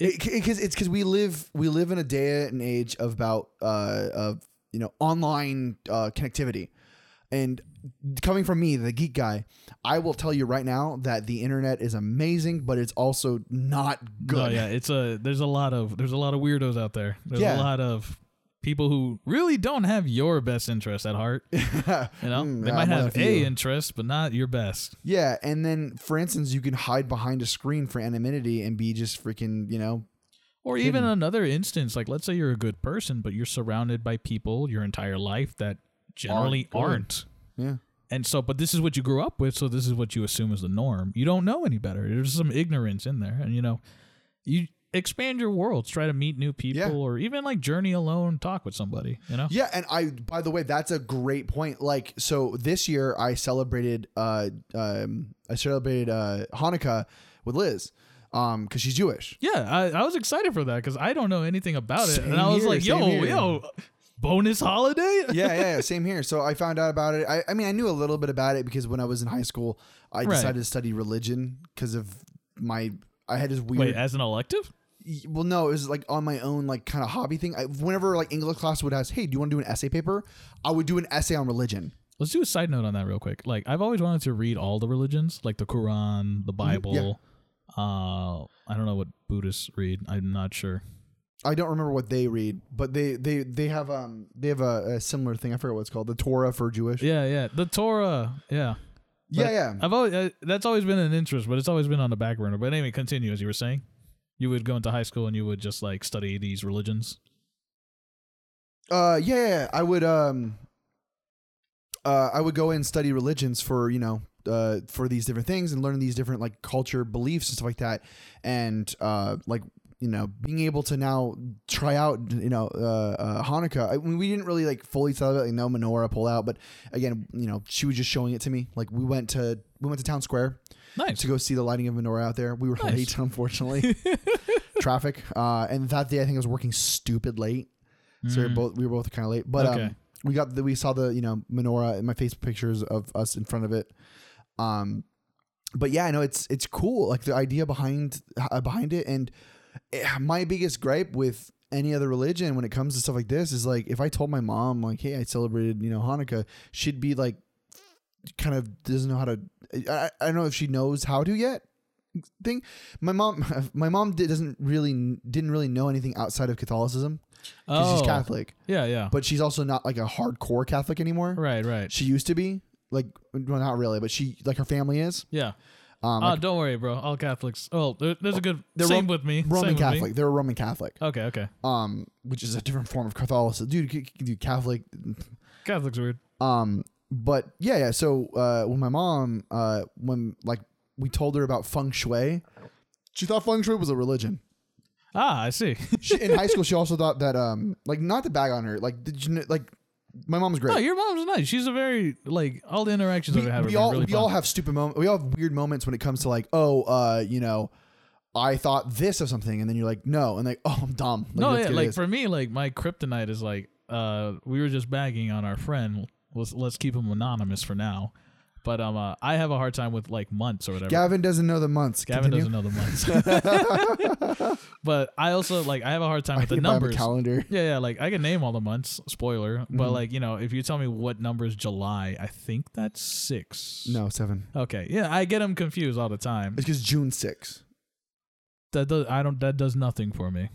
Because it's because we live we live in a day and age of about uh, of you know online uh, connectivity, and coming from me, the geek guy, I will tell you right now that the internet is amazing, but it's also not good. No, yeah. It's a there's a lot of there's a lot of weirdos out there. There's Yeah. a lot of people who really don't have your best interest at heart. You know, Mm, they yeah, might I'm one have of a you. interest, but not your best. Yeah, and then for instance, you can hide behind a screen for anonymity and be just freaking, you know, Or even another instance, like let's say you're a good person, but you're surrounded by people your entire life that generally good. aren't. yeah, And so, but this is what you grew up with, so this is what you assume is the norm. You don't know any better. There's some ignorance in there, and you know, you expand your worlds, try to meet new people, Yeah. or even like journey alone, talk with somebody. You know, yeah. And I, by the way, that's a great point. Like, so this year I celebrated, uh, um, I celebrated uh Hanukkah with Liz, um, because she's Jewish. yeah. I, I was excited for that because I don't know anything about it, Same and I was here, like, yo, same here. yo, bonus holiday. yeah, yeah, yeah, same here. So I found out about it. I, I mean, I knew a little bit about it because when I was in high school, I Right. decided to study religion because of my. I had this Wait, uh weird. as an elective? y- well, no, it was like on my own, like kind of hobby thing. I, whenever like English class would ask, "Hey, do you want to do an essay paper?" I would do an essay on religion. Let's do a side note on that real quick. Like I've always wanted to read all the religions, like the Quran, the Mm-hmm. Bible. Uh, I don't know what Buddhists read. I'm not sure. I don't remember what they read, but they they they have um they have a, a similar thing. I forget what it's called, the Torah for Jewish. Yeah, yeah, the Torah. Yeah, yeah, But yeah. I've always uh, that's always been an interest, but it's always been on the back burner. But anyway, continue as you were saying. You would go into high school and you would just like study these religions. Uh, yeah, yeah, yeah. I would um, uh, I would go and study religions for you know uh for these different things and learn these different like culture beliefs and stuff like that, and uh like you know, being able to now try out, you know, uh, uh, Hanukkah. I mean, we didn't really like fully celebrate, like no menorah pull out, but again, you know, she was just showing it to me. Like we went to we went to town square Nice. to go see the lighting of menorah out there. We were Nice. late, unfortunately, traffic. Uh, and that day I think I was working stupid late, so Mm. we were both we were both kind of late. But Okay. um, we got the, we saw the you know menorah and my Facebook pictures of us in front of it. Um, but yeah, I know it's it's cool like the idea behind uh, behind it. And eh, my biggest gripe with any other religion when it comes to stuff like this is like if I told my mom like, hey, I celebrated you know Hanukkah, she'd be like, kind of doesn't know how to. I, I I don't know if she knows how to yet. Thing, my mom, my mom did, doesn't really didn't really know anything outside of Catholicism because she's Catholic, Oh, Yeah, yeah. but she's also not like a hardcore Catholic anymore. right, right. She used to be like, well, not really, but she like her family is yeah. um, oh, don't worry, bro. All Catholics. Oh, there, there's a good. they're same Ro- with me. Roman same with me. Catholic. They're a Roman Catholic, Okay, okay. um, which is a different form of Catholicism, dude. c- c- Dude, Catholic. Catholics are weird. Um, but yeah, yeah. So uh, when my mom, uh, when like we told her about feng shui, she thought feng shui was a religion. Ah, I see. She, in high school, she also thought that, um, like not to bag on her, like did you know, like my mom's great. no, your mom's nice. She's a very like all the interactions I've we, had. we have been all really we all fun. have stupid moments. We all have weird moments when it comes to like, oh, uh, you know, I thought this of something, and then you're like, no, and like, oh, I'm dumb. Like, No, let's yeah. get it Like is. for me, like my kryptonite is like uh we were just bagging on our friend. Let's let's keep him anonymous for now. But um, uh, I have a hard time with like months or whatever. Gavin doesn't know the months. Gavin Continue. doesn't know the months. but I also like I have a hard time with the You buy him a numbers. calendar. Mm-hmm. Yeah, yeah. Like I can name all the months. Spoiler, but like you know, if you tell me what number is July, I think that's six. No, seven. Okay. Yeah, I get them confused all the time. It's because June 6th. That does I don't that does nothing for me.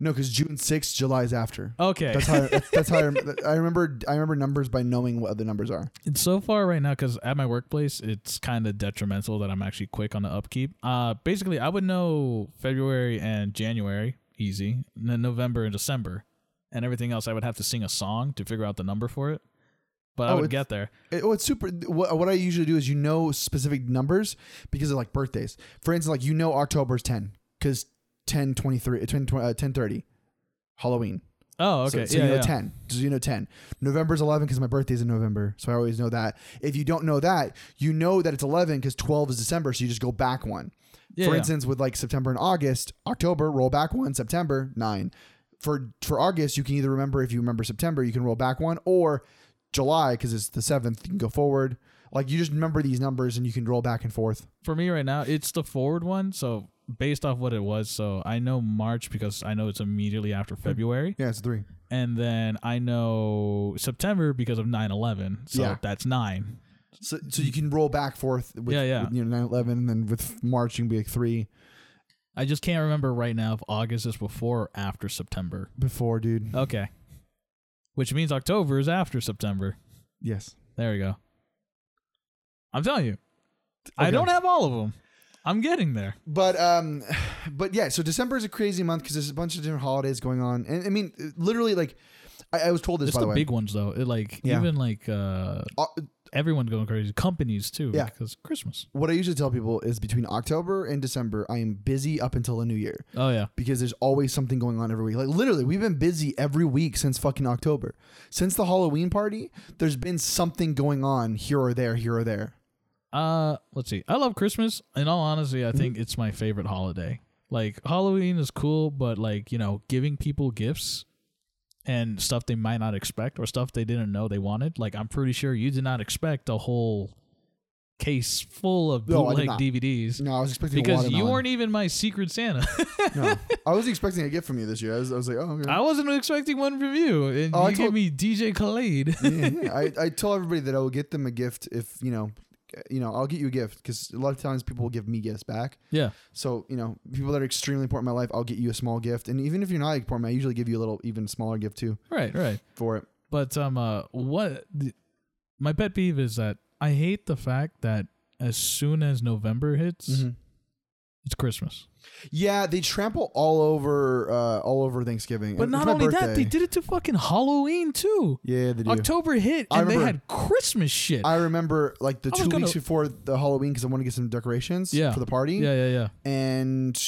No, because June 6th, July's after. Okay. That's how. That's, that's how I, rem- I remember. I remember numbers by knowing what the numbers are. It's so far right now because at my workplace it's kind of detrimental that i'm actually quick on the upkeep uh basically i would know february and january easy and then november and december and everything else i would have to sing a song to figure out the number for it but i Oh, would it's- get there It- oh, it's super. What, what I usually do is you know specific numbers because of like birthdays. For instance, like you know October's 10 because 10, 23, 10, uh, 10 30, Halloween. oh So- okay So, yeah, you know yeah. 10. So you know 10. November's 11 because my birthday's in November. So I always know that. If you don't know that, you know that it's 11 because 12 is December. So you just go back one. Yeah, for yeah. instance, with like September and August, October, roll back one, September, nine. For for August, you can either remember if you remember September, you can roll back one, or July, because it's the seventh, you can go forward. Like you just remember these numbers and you can roll back and forth. for me right now it's the forward one so based off what it was so i know march because i know it's immediately Hmm. after february Yeah, it's three. and then i know september because of 9-11 so Yeah. that's nine So so you can roll back forth with, Yeah, yeah. with, you know, nine eleven and then with March you can be like three I just can't remember right now if August is before or after September. before, dude. Okay. Which means October is after September. Yes. There we go. I'm telling you, I Okay. don't have all of them. I'm getting there. But um, but yeah. So December is a crazy month because there's a bunch of different holidays going on, and I mean, literally, like, I, I was told this It's by the the way. big ones though. It, like Yeah. even like uh, Uh, everyone's going crazy. Companies too. Yeah. Because Christmas. what I usually tell people is between October and December, I am busy up until the new year Oh yeah. because there's always something going on every week. Like literally, we've been busy every week since fucking October. Since the Halloween party, there's been something going on here or there, here or there. Uh, let's see. I love Christmas. In all honesty, I Mm. think it's my favorite holiday. Like Halloween is cool, but like you know, giving people gifts and stuff they might not expect or stuff they didn't know they wanted. Like I'm pretty sure you did not expect a whole case full of No, I did bootleg not. DVDs No, I was expecting a because you watermelon. weren't even my secret Santa. No, I was expecting a gift from you this year. I was, I was like, oh, okay. I wasn't expecting one from you, and Oh, I you told- gave me DJ Khaled. Yeah, yeah. I, I tell everybody that I will get them a gift if you know, you know, I'll get you a gift because a lot of times people will give me gifts back. yeah, So you know, people that are extremely important in my life, I'll get you a small gift, and even if you're not important, I usually give you a little even smaller gift too right, right. for it. But um, uh, what the, my pet peeve is that I hate the fact that as soon as November hits, it's Christmas. Yeah, they trample all over, uh, all over Thanksgiving. But And it's not my only that, they birthday. did it to fucking Halloween too. Yeah, they do. October hit I and they remember- had Christmas shit. I remember like the I was two gonna- weeks before the Halloween because I want to get some decorations Yeah. for the party. yeah, yeah, yeah. and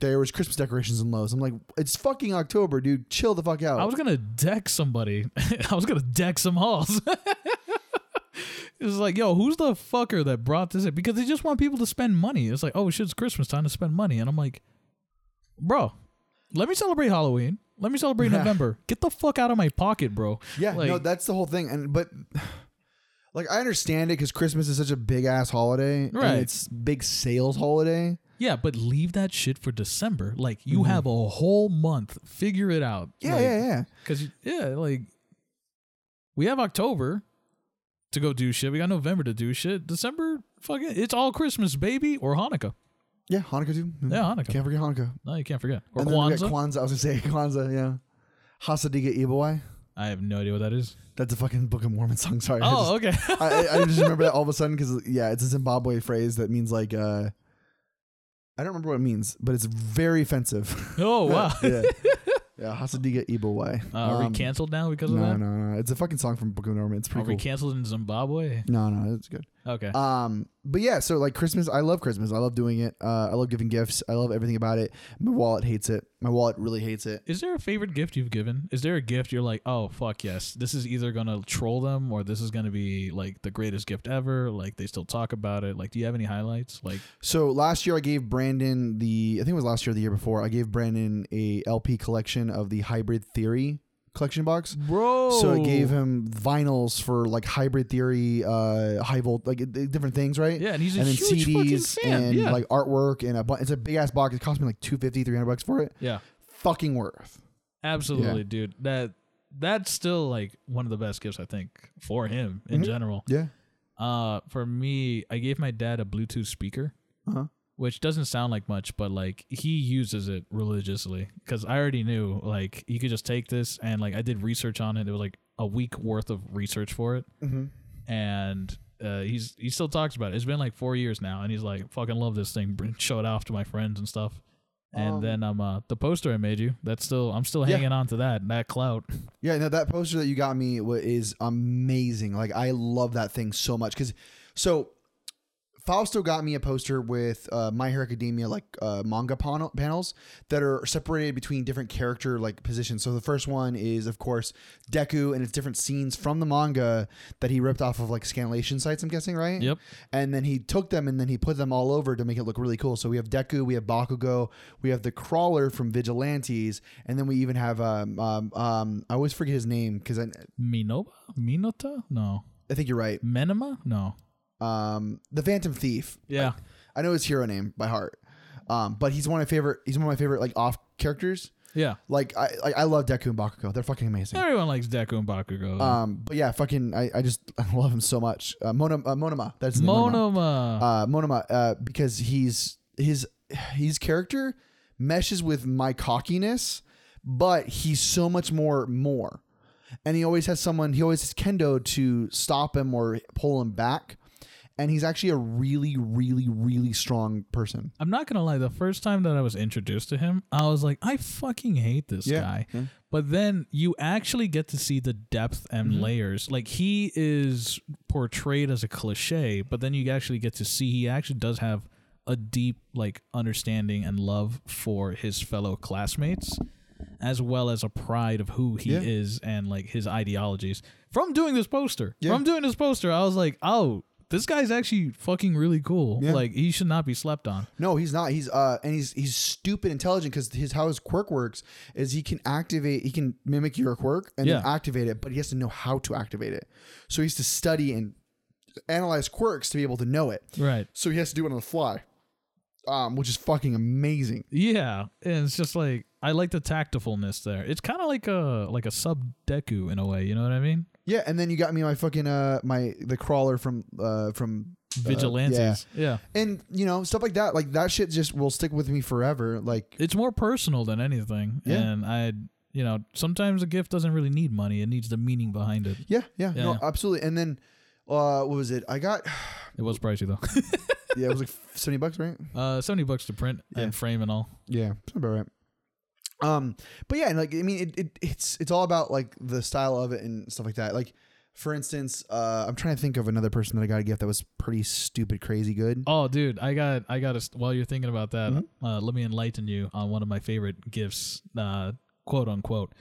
there was Christmas decorations in Lowe's. I'm like, it's fucking October, dude. Chill the fuck out. I was gonna deck somebody. I was gonna deck some halls. it's like, yo, who's the fucker that brought this in? Because they just want people to spend money. It's like, oh shit, it's Christmas time to spend money, and I'm like, bro, let me celebrate Halloween. Let me celebrate November. Get the fuck out of my pocket, bro. yeah, like, no, that's the whole thing. And but like I understand it because Christmas is such a big ass holiday. and Right. it's big sales holiday. yeah, but leave that shit for December. Like, you have a whole month. Figure it out. Mm-hmm. Yeah, Like, yeah, yeah. Cause you- yeah, like we have October to go do shit. We got November to do shit. December, fucking, it's all Christmas, baby, or Hanukkah. Yeah, Hanukkah too. Mm. Yeah, Hanukkah. Mm-hmm. Can't forget Hanukkah. No, you can't forget. Or and then we Kwanzaa. got Kwanzaa. I was gonna say Kwanzaa. Yeah, Hasadiga Ibawai. I have no idea what that is. That's a fucking Book of Mormon song. Sorry. I just- Oh, okay. I, I- I just remember that all of a sudden because yeah, it's a Zimbabwe phrase that means like uh, I don't remember what it means, but it's very offensive. oh wow. yeah, yeah, Hasadiga Ibawai. Uh, are Um, we canceled now because of No, that? no, no. It's a fucking song from Book of Mormon. It's are pretty we cool. canceled in Zimbabwe? No, no, it's good. Okay. Um, but yeah, so like Christmas, I love Christmas. I love doing it. Uh, I love giving gifts. I love everything about it. My wallet hates it. My wallet really hates it. is there a favorite gift you've given? Is there a gift you're like, oh fuck yes, this is either gonna troll them or this is gonna be like the greatest gift ever? Like they still talk about it. Like, do you have any highlights? Like, So last year I gave Brandon the I think it was last year or the year before I gave Brandon a LP collection of the Hybrid Theory collection box. bro. So it Oh. gave him vinyls for like Hybrid Theory, uh, high volt, like it- it- different things, right? Yeah, and he's a and then huge fucking CDs fan, and yeah. like artwork and a bu- it's a big ass box. It cost me like 250 300 bucks for it. Yeah. Fucking worth. Absolutely, dude. That that's still like one of the best gifts I think for him Mm-hmm. in general. Yeah. Uh, for me, I gave my dad a Bluetooth speaker, Uh-huh. which doesn't sound like much, but like he uses it religiously because I already knew like you could just take this and like I did research on it. It was like a week worth of research for it, Mm-hmm. and. Uh, he's he still talks about it. It's been like four years now, and he's like, "Fucking love this thing." Br- Show it off to my friends and stuff. And then um, uh, the poster I made you. That's still I'm still Yeah. hanging on to that that clout. Yeah, no, that poster that you got me wa- is amazing. Like, I love that thing so much. Because, so Fausto got me a poster with uh, My Hero Academia, like uh, manga panel- panels that are separated between different character like positions. So the first one is, of course, Deku, and it's different scenes from the manga that he ripped off of like scanlation sites. I'm guessing, right? Yep. And then he took them and then he put them all over to make it look really cool. So we have Deku, we have Bakugo, we have the Crawler from Vigilantes, and then we even have um, um, um I always forget his name because I, Minoba? Minota? No. I think you're right. Menema? No. Um, the Phantom Thief. Yeah. I know his hero name by heart. Um, but he's one of my favorite. He's one of my favorite like off characters. Yeah. Like I, I, I love Deku and Bakugo. They're fucking amazing. Everyone likes Deku and Bakugo. Um, but yeah, fucking, I, I just I love him so much. Uh, Mona, uh, Monoma, that's his name, Monoma. Monoma. Uh, Monoma, uh, because he's his his character meshes with my cockiness, but he's so much more more, and he always has someone. He always has kendo to stop him or pull him back, and he's actually a really, really, really strong person. I'm not gonna lie, the first time that I was introduced to him, I was like, I fucking hate this Yeah, guy. But then you actually get to see the depth and layers. Like he is portrayed as a cliche, but then you actually get to see he actually does have a deep like understanding and love for his fellow classmates, as well as a pride of who he Yeah. is and like his ideologies. From doing this poster, Yeah. from doing this poster, I was like, oh. This guy's actually fucking really cool. Yeah. Like he should not be slept on. No, he's not. He's uh, and he's he's stupid intelligent because his how his quirk works is he can activate, he can mimic your quirk and then Yeah. activate it, but he has to know how to activate it. So he has to study and analyze quirks to be able to know it. Right. So he has to do it on the fly, um, which is fucking amazing. Yeah, and it's just like I like the tactfulness there. It's kind of like a like a sub Deku in a way. You know what I mean? Yeah, and then you got me my fucking uh my the crawler from uh from uh, Vigilantes. yeah. yeah. and you know stuff like that. Like that shit just will stick with me forever. Like it's more personal than anything. Yeah. and I, you know, sometimes a gift doesn't really need money. It needs the meaning behind it. yeah, yeah, Yeah, no, yeah. absolutely. And then uh, what was it? I got. It was pricey though. yeah, it was like seventy bucks, right? uh, seventy bucks to print Yeah. and frame and all. Yeah, sounds about right. Um, but yeah, and like I mean, it, it it's it's all about like the style of it and stuff like that. Like For instance, uh, I'm trying to think of another person that I got a gift that was pretty stupid, crazy good. Oh, dude, I got I got. A, st- while you're thinking about that, uh, let me enlighten you on one of my favorite gifts, uh, quote unquote.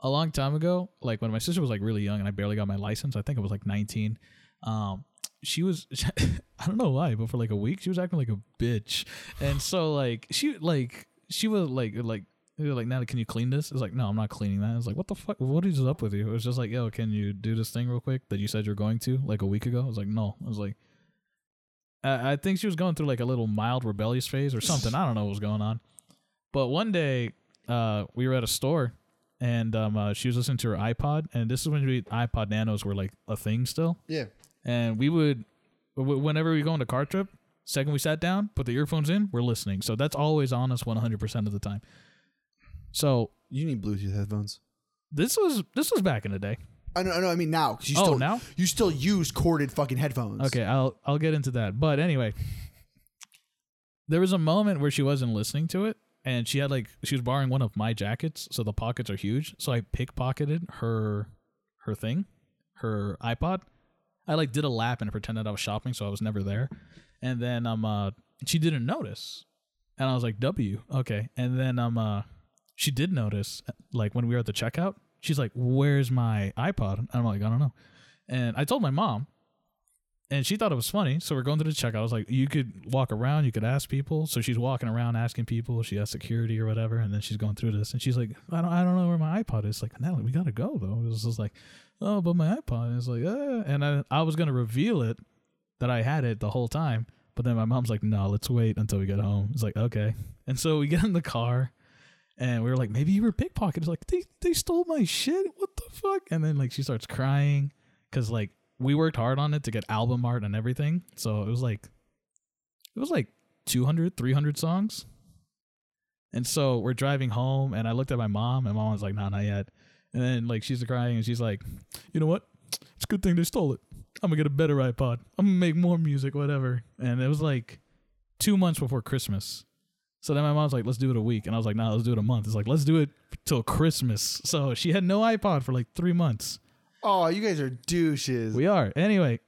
A long time ago, like when my sister was like really young and I barely got my license, I think I was like 19. Um, she was, I don't know why, but for like a week she was acting like a bitch, and so like she like she was like like. they were Like now, can you clean this? It's like no, I'm not cleaning that. It's like what the fuck? What is up with you? It was just like, yo, can you do this thing real quick that you said you're going to like a week ago? I was like, no. I was like, I I think she was going through like a little mild rebellious phase or something. I don't know what was going on. But one day, uh, we were at a store and um, uh, she was listening to her iPod. And this is when we, iPod Nanos were like a thing still. Yeah. And we would, w- whenever we go on a car trip, second we sat down, put the earphones in, we're listening. So that's always on us 100% of the time. So You need Bluetooth headphones. this was this was back in the day. I know, I know. I mean now, 'cause you Oh, still now? you still use corded fucking headphones. Okay, I'll I'll get into that. But anyway, there was a moment where she wasn't listening to it, and she had like she was borrowing one of my jackets, so the pockets are huge. So I pickpocketed her her thing, her iPod. I like did a lap and pretended I was shopping, so I was never there. And then um, uh, she didn't notice, and I was like, "W, okay." And then um, uh, she did notice, like when we were at the checkout, she's like, "Where's my iPod?" And I'm like, "I don't know." And I told my mom, and she thought it was funny. So we're going to the checkout. I was like, you could walk around, you could ask people. So she's walking around asking people. She has security or whatever, and then she's going through this, and she's like, I don't, I don't know where my iPod is. Like Natalie, we gotta go though. It was just like, oh, but my iPod is like, uh, and I, I was gonna reveal it that I had it the whole time, but then my mom's like, no, let's wait until we get home. It's like okay, and so we get in the car. And we were like, maybe you were pickpocketed. Like they, they stole my shit. What the fuck? And then like she starts crying because like we worked hard on it to get album art and everything so it was like it was like 200 300 songs and so we're driving home and i looked at my mom and my mom was like nah not yet and then like she's crying and she's like you know what it's a good thing they stole it i'm gonna get a better ipod i'm gonna make more music whatever and it was like two months before christmas so then my mom's like let's do it a week and i was like nah let's do it a month it's like let's do it till christmas so she had no ipod for like three months Oh, you guys are douches. we are. Anyway,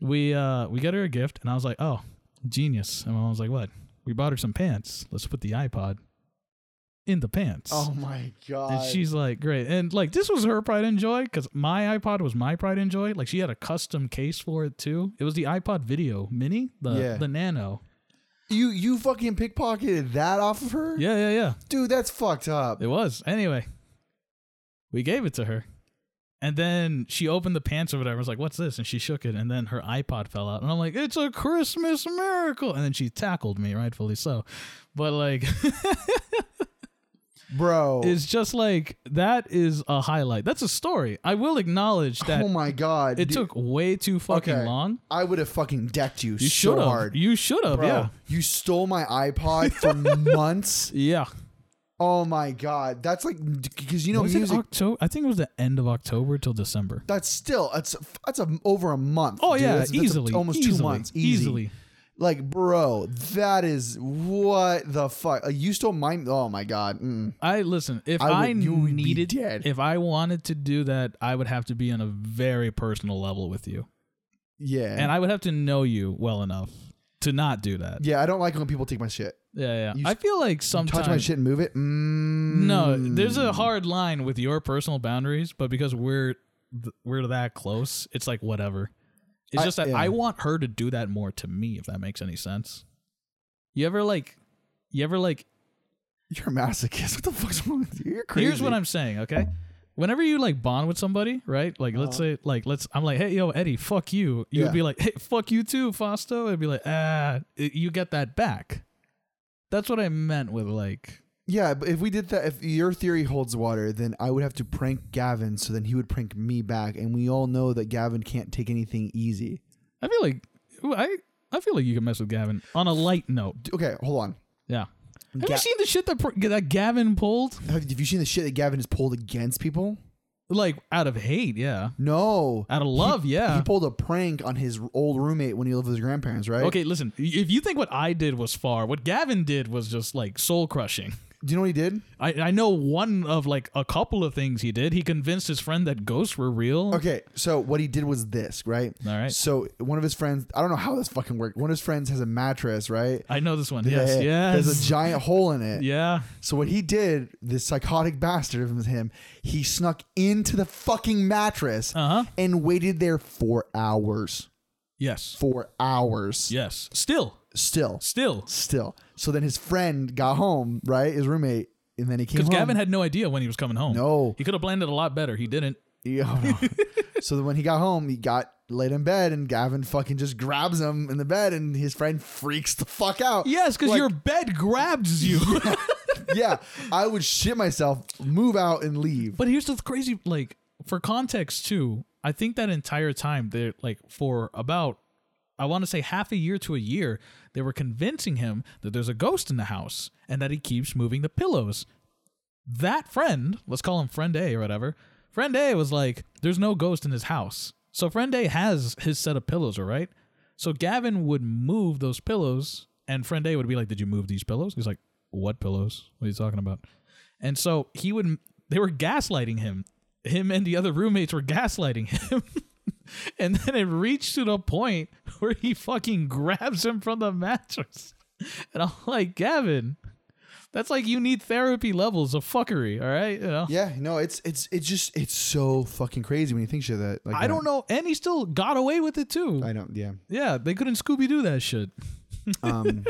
we uh we got her a gift and I was like, "Oh, genius." And my mom was like, "What?" We bought her some pants. Let's put the iPod in the pants. oh my god. And she's like, "Great." And like this was her pride and joy cuz my iPod was my pride and joy. Like she had a custom case for it too. It was the iPod Video Mini, the Yeah. the Nano. you you fucking pickpocketed that off of her? Yeah, yeah, yeah. Dude, that's fucked up. It was. Anyway, we gave it to her. And then she opened the pants or whatever. I was like, what's this? And she shook it. And then her iPod fell out. And I'm like, it's a Christmas miracle. And then she tackled me, rightfully so. But like, Oh. Bro. it's just like, that is a highlight. That's a story. I will acknowledge that oh my god. it dude. took way too fucking Okay. long. I would have fucking decked you, You so should have. hard. You should have. Bro, Yeah. You stole my iPod for months. Yeah. Oh my god. That's like cuz you know was music it October? I think it was the end of October till December. that's still that's that's a, over a month. Oh, dude. yeah. That's- that's easily. almost easily, two months. Easy. Easily. Like, bro, that is what the fuck. Like, you stole my. Oh my god. Mm. I listen. If I would- I, you would be needed, dead. if I wanted to do that, I would have to be on a very personal level with you, Yeah. and I would have to know you well enough to not do that. Yeah, yeah, I don't like when people take my shit. yeah. You I feel like Touch my sometimes shit and move it. Mm. no, there's a hard line with your personal boundaries, but because we're th- we're that close, it's like whatever. It's I- just that yeah. I want her to do that more to me, if that makes any sense. You ever like, you ever like You're a masochist. What the fuck's wrong with you? You're crazy. Here's what I'm saying, okay? Whenever you like bond with somebody, right? Like let's say like let's I'm like, "Hey yo, Eddie, fuck you." You'd Uh-huh. Yeah. be like, "Hey, fuck you too, Fosto." It'd be like, "Ah, it- you get that back." That's what I meant with like Yeah, but if we did that, if your theory holds water, then I would have to prank Gavin, so then he would prank me back, and we all know that Gavin can't take anything easy. I feel like I I feel like you can mess with Gavin on a light note. Okay, hold on. Yeah. Have Ga- you seen the shit that pr- that Gavin pulled? Have, have you seen the shit that Gavin has pulled against people? Like out of hate, yeah. No. Out of love, yeah. He pulled a prank on his old roommate when he lived with his grandparents, right? Okay, listen. If you think what I did was far, what Gavin did was just like soul crushing. Do you know what he did? I, I know one of like a couple of things he did. He convinced his friend that ghosts were real. Okay, so what he did was this, right? All right. So one of his friends, I don't know how this fucking worked. One of his friends has a mattress, right? I know this one. Yes, Yeah, yes. There's a giant hole in it. yeah. So what he did, this psychotic bastard of him, he snuck into the fucking mattress Uh-huh. and waited there for hours. Yes. For hours. Yes. Still. Still. Still. Still. So then his friend got home, right? His roommate, and then he came Because home. Gavin had no idea when he was coming home. No. He could have planned it a lot better. He didn't. Yeah, oh, no. so then when he got home, he got laid in bed, and Gavin fucking just grabs him in the bed, and his friend freaks the fuck out. Yes, because Like, your bed grabs you. yeah, I would shit myself, move out, and leave. But here's the crazy like for context too. I think that entire time they're like for about I want to say half a year to a year, they were convincing him that there's a ghost in the house and that he keeps moving the pillows. That friend, let's call him friend A or whatever, friend A was like, there's no ghost in his house. So friend A has his set of pillows, all right? So Gavin would move those pillows and friend A would be like, did you move these pillows? He's like, what pillows? What are you talking about? And so he would, they were gaslighting him. Him and the other roommates were gaslighting him. and then it reached to the point where he fucking grabs him from the mattress. And I'm like, Gavin, that's like you need therapy levels of fuckery, all right? You know? Yeah, no, it's it's it's just it's so fucking crazy when you think shit that. Like I don't know. And he still got away with it too. I don't. Yeah. yeah, they couldn't Scooby Doo that shit. Um,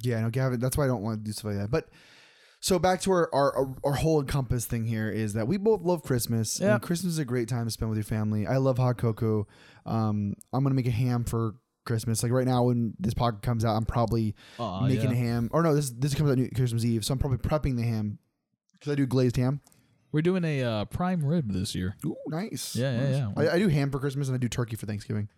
yeah, no, Gavin. That's why I don't want to do stuff like that. But so back to our our, our whole encompass thing here is that we both love Christmas. Yeah. And Christmas is a great time to spend with your family. I love hot cocoa. Um, I'm gonna make a ham for Christmas. Like right now, when this podcast comes out, I'm probably Aw, making a yeah. ham. Or no, this this comes out New Christmas Eve, so I'm probably prepping the ham because I do glazed ham. We're doing a uh, prime rib this year. Ooh, nice. Yeah, yeah, yeah. I, I do ham for Christmas and I do turkey for Thanksgiving.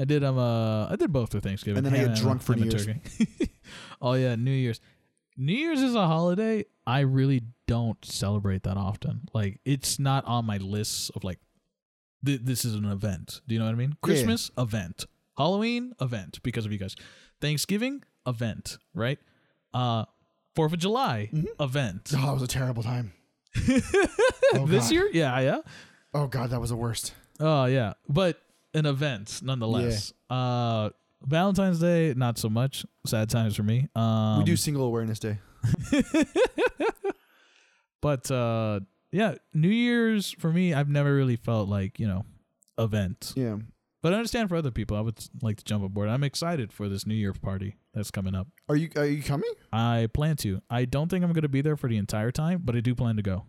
I did um uh I did both for Thanksgiving. And then I Ham got drunk for ham and New turkey. oh yeah, New Year's. New Year's is a holiday I really don't celebrate that often. Like it's not on my list of like th- this is an event. Do you know what I mean? Christmas event, Halloween event because of you guys. Thanksgiving event, right? Uh 4th of July event. Oh, it was a terrible time. Oh, this God. year? Yeah, yeah. Oh god, that was the worst. Oh yeah, but an event nonetheless. Uh, Valentine's Day, not so much. Sad times for me. Um, we do single awareness day. but uh, yeah, New Year's for me, I've never really felt like you know, event. Yeah. But I understand for other people, I would like to jump aboard. I'm excited for this New Year party that's coming up. Are you are you coming? I plan to. I don't think I'm going to be there for the entire time, but I do plan to go.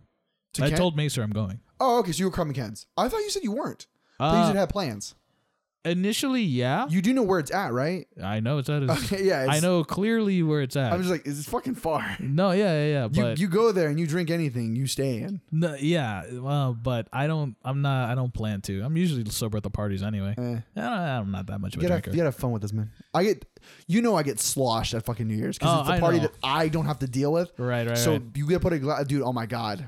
To I Ken- told Macer I'm going. Oh, okay. So you were coming, Ken's. I thought you said you weren't. I thought you Uh, said you had plans. initially, yeah, You do know where it's at, right? I know it's at. his- Okay, yeah. It's, I know clearly where it's at. I'm just like, it's fucking far. no, yeah, yeah, yeah. You But you go there and you drink anything, you stay in. No, yeah, well, but I don't. I'm not. I don't plan to. I'm usually sober at the parties anyway. Eh. I don't, I'm not that much of a You gotta, drinker. you gotta have fun with this, man. I get, you know, I get sloshed at fucking New Year's because Oh, it's a I party know. that I don't have to deal with. Right, right, So right. you get put a gla- dude. Oh my god,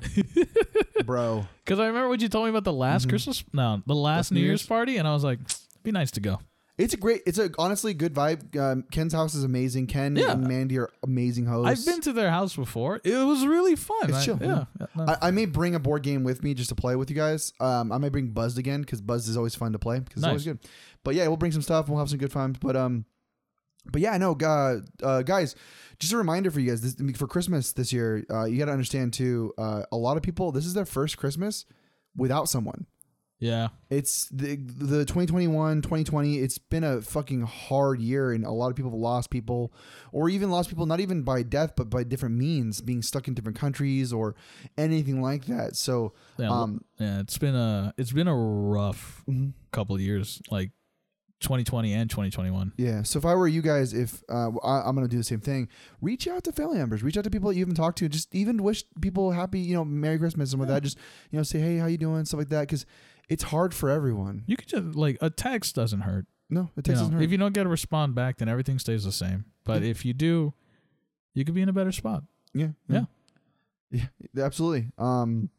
bro. Because I remember what you told me about the last Christmas, no, the last New, Mm-hmm. New Year's, Year's? party, and I was like, "Be nice to go." It's a great. It's a honestly good vibe. Um, Ken's house is amazing. Ken Yeah. and Mandy are amazing I've hosts. been to their house before. It was really fun. It's I- chill, Yeah. no. I, I may bring a board game with me just to play with you guys. Um, I may bring Buzzed again because Buzzed is always fun to play because Nice. it's always good. But yeah, we'll bring some stuff. We'll have some good times. But um, but yeah, no, uh, uh, guys, just a reminder for you guys this, I mean, for Christmas this year. Uh, you got to understand too. Uh, a lot of people, this is their first Christmas without someone. yeah. It's the the 2021, 2020. It's been a fucking hard year, and a lot of people have lost people, or even lost people not even by death, but by different means, being stuck in different countries or anything like that. So, Yeah, um, Mm-hmm. yeah. It's been a. It's been a rough couple of years, like 2020 and 2021. yeah. So if I were you guys, if uh, I, I'm gonna do the same thing, reach out to family members, reach out to people that you haven't talked to, just even wish people happy, you know, Merry Christmas and with that. Just you know, say hey, how you doing, stuff like that, because it's hard for everyone. You could just like a text doesn't hurt. No, it you takes. know, doesn't hurt. if you don't get a respond back, then everything stays the same. But if you do, you could be in a better spot. Yeah. Yeah. Yeah, absolutely. Um,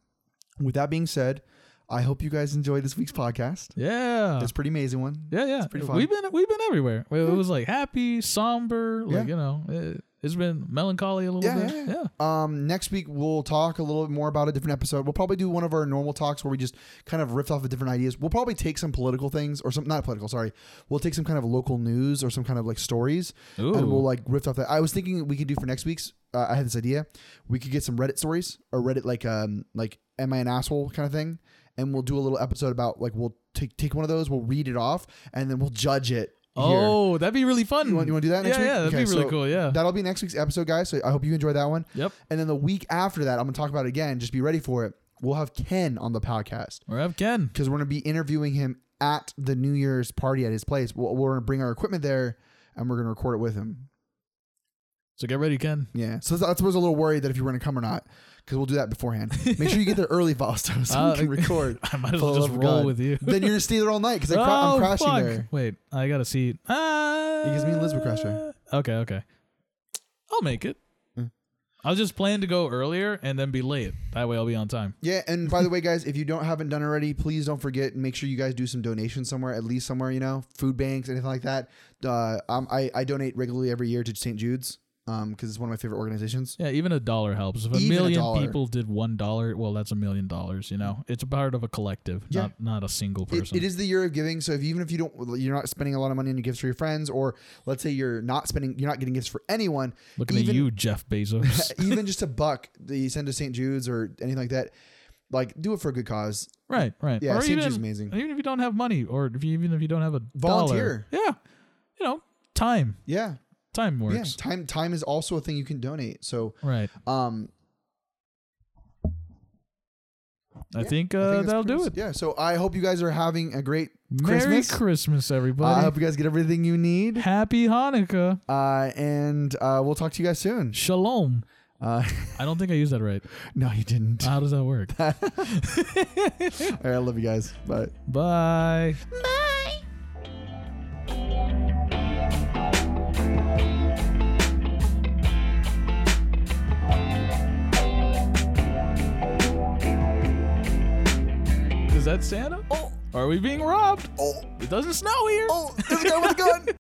with that being said, I hope you guys enjoyed this week's podcast. Yeah. It's a pretty amazing one. yeah, yeah. pretty fun. We've been we've been everywhere. It was like happy, somber, like Yeah. you know, it, It's been melancholy a little Yeah, bit. yeah, yeah. Um, next week we'll talk a little bit more about a different episode. We'll probably do one of our normal talks where we just kind of riff off of different ideas. We'll probably take some political things or some not political, sorry. We'll take some kind of local news or some kind of like stories, Ooh. and we'll like riff off that. I was thinking we could do for next week's. Uh, I had this idea. We could get some Reddit stories or Reddit like um like am I an asshole kind of thing, and we'll do a little episode about like we'll take take one of those, we'll read it off, and then we'll judge it. here. Oh, that'd be really fun. You want, you want to do that next yeah, week? Yeah, that'd Okay, be really so cool. Yeah. That'll be next week's episode, guys. So I hope you enjoy that one. yep. And then the week after that, I'm going to talk about it again. Just be ready for it. We'll have Ken on the podcast Or have Ken. because we're going to be interviewing him at the New Year's party at his place. We'll, we're going to bring our equipment there and we're going to record it with him. So get ready, Ken. Yeah. So that's, that's what I was a little worried that if you were going to come or not because we'll do that beforehand. Make sure you get there early, Fausto, so Uh, we can record. I might as For well the just love of roll God. with you. then you're going to stay there all night because cra- oh, I'm crashing fuck. there. Wait, I got a seat. Ah. Because me and Liz would crash there. Okay, okay. I'll make it. Mm. I was just planning to go earlier and then be late. That way I'll be on time. Yeah, and by the way, guys, if you don't haven't done already, please don't forget. and Make sure you guys do some donations somewhere, at least somewhere. You know, food banks, anything like that. Uh, um, I I donate regularly every year to St. Jude's, um, because it's one of my favorite organizations. Yeah, even a dollar helps. If a Even a million dollar. people did one dollar, well, that's a million dollars. You know, it's a part of a collective, Yeah. not not a single It, person. it is the year of giving, so if even if you don't, you're not spending a lot of money on your gifts for your friends, or let's say you're not spending, you're not getting gifts for anyone. Looking even- at you, Jeff Bezos. even just a buck that you send to St. Jude's or anything like that, like do it for a good cause. Right, right. Yeah, or St. Jude's even, is amazing. Even if you don't have money, or if you, even if you don't have a Volunteer. dollar. yeah, you know, time, Yeah, time yeah. works. Time time is also a thing you can donate. So, Right. um, I I think, uh, think that's that'll do Christmas. it. Yeah. So I hope you guys are having a great Merry Christmas. Christmas, Uh, I everybody. hope you guys get everything you need. Happy Hanukkah. Uh, and uh, we'll talk to you guys soon. Shalom. Uh, I don't think I used that right. Uh, no, you didn't. How does that work? All right. I love you guys. Bye. Bye. Is that Santa? Oh. Are we being robbed? Oh, It doesn't snow here. Oh, oh, there's a guy with a gun.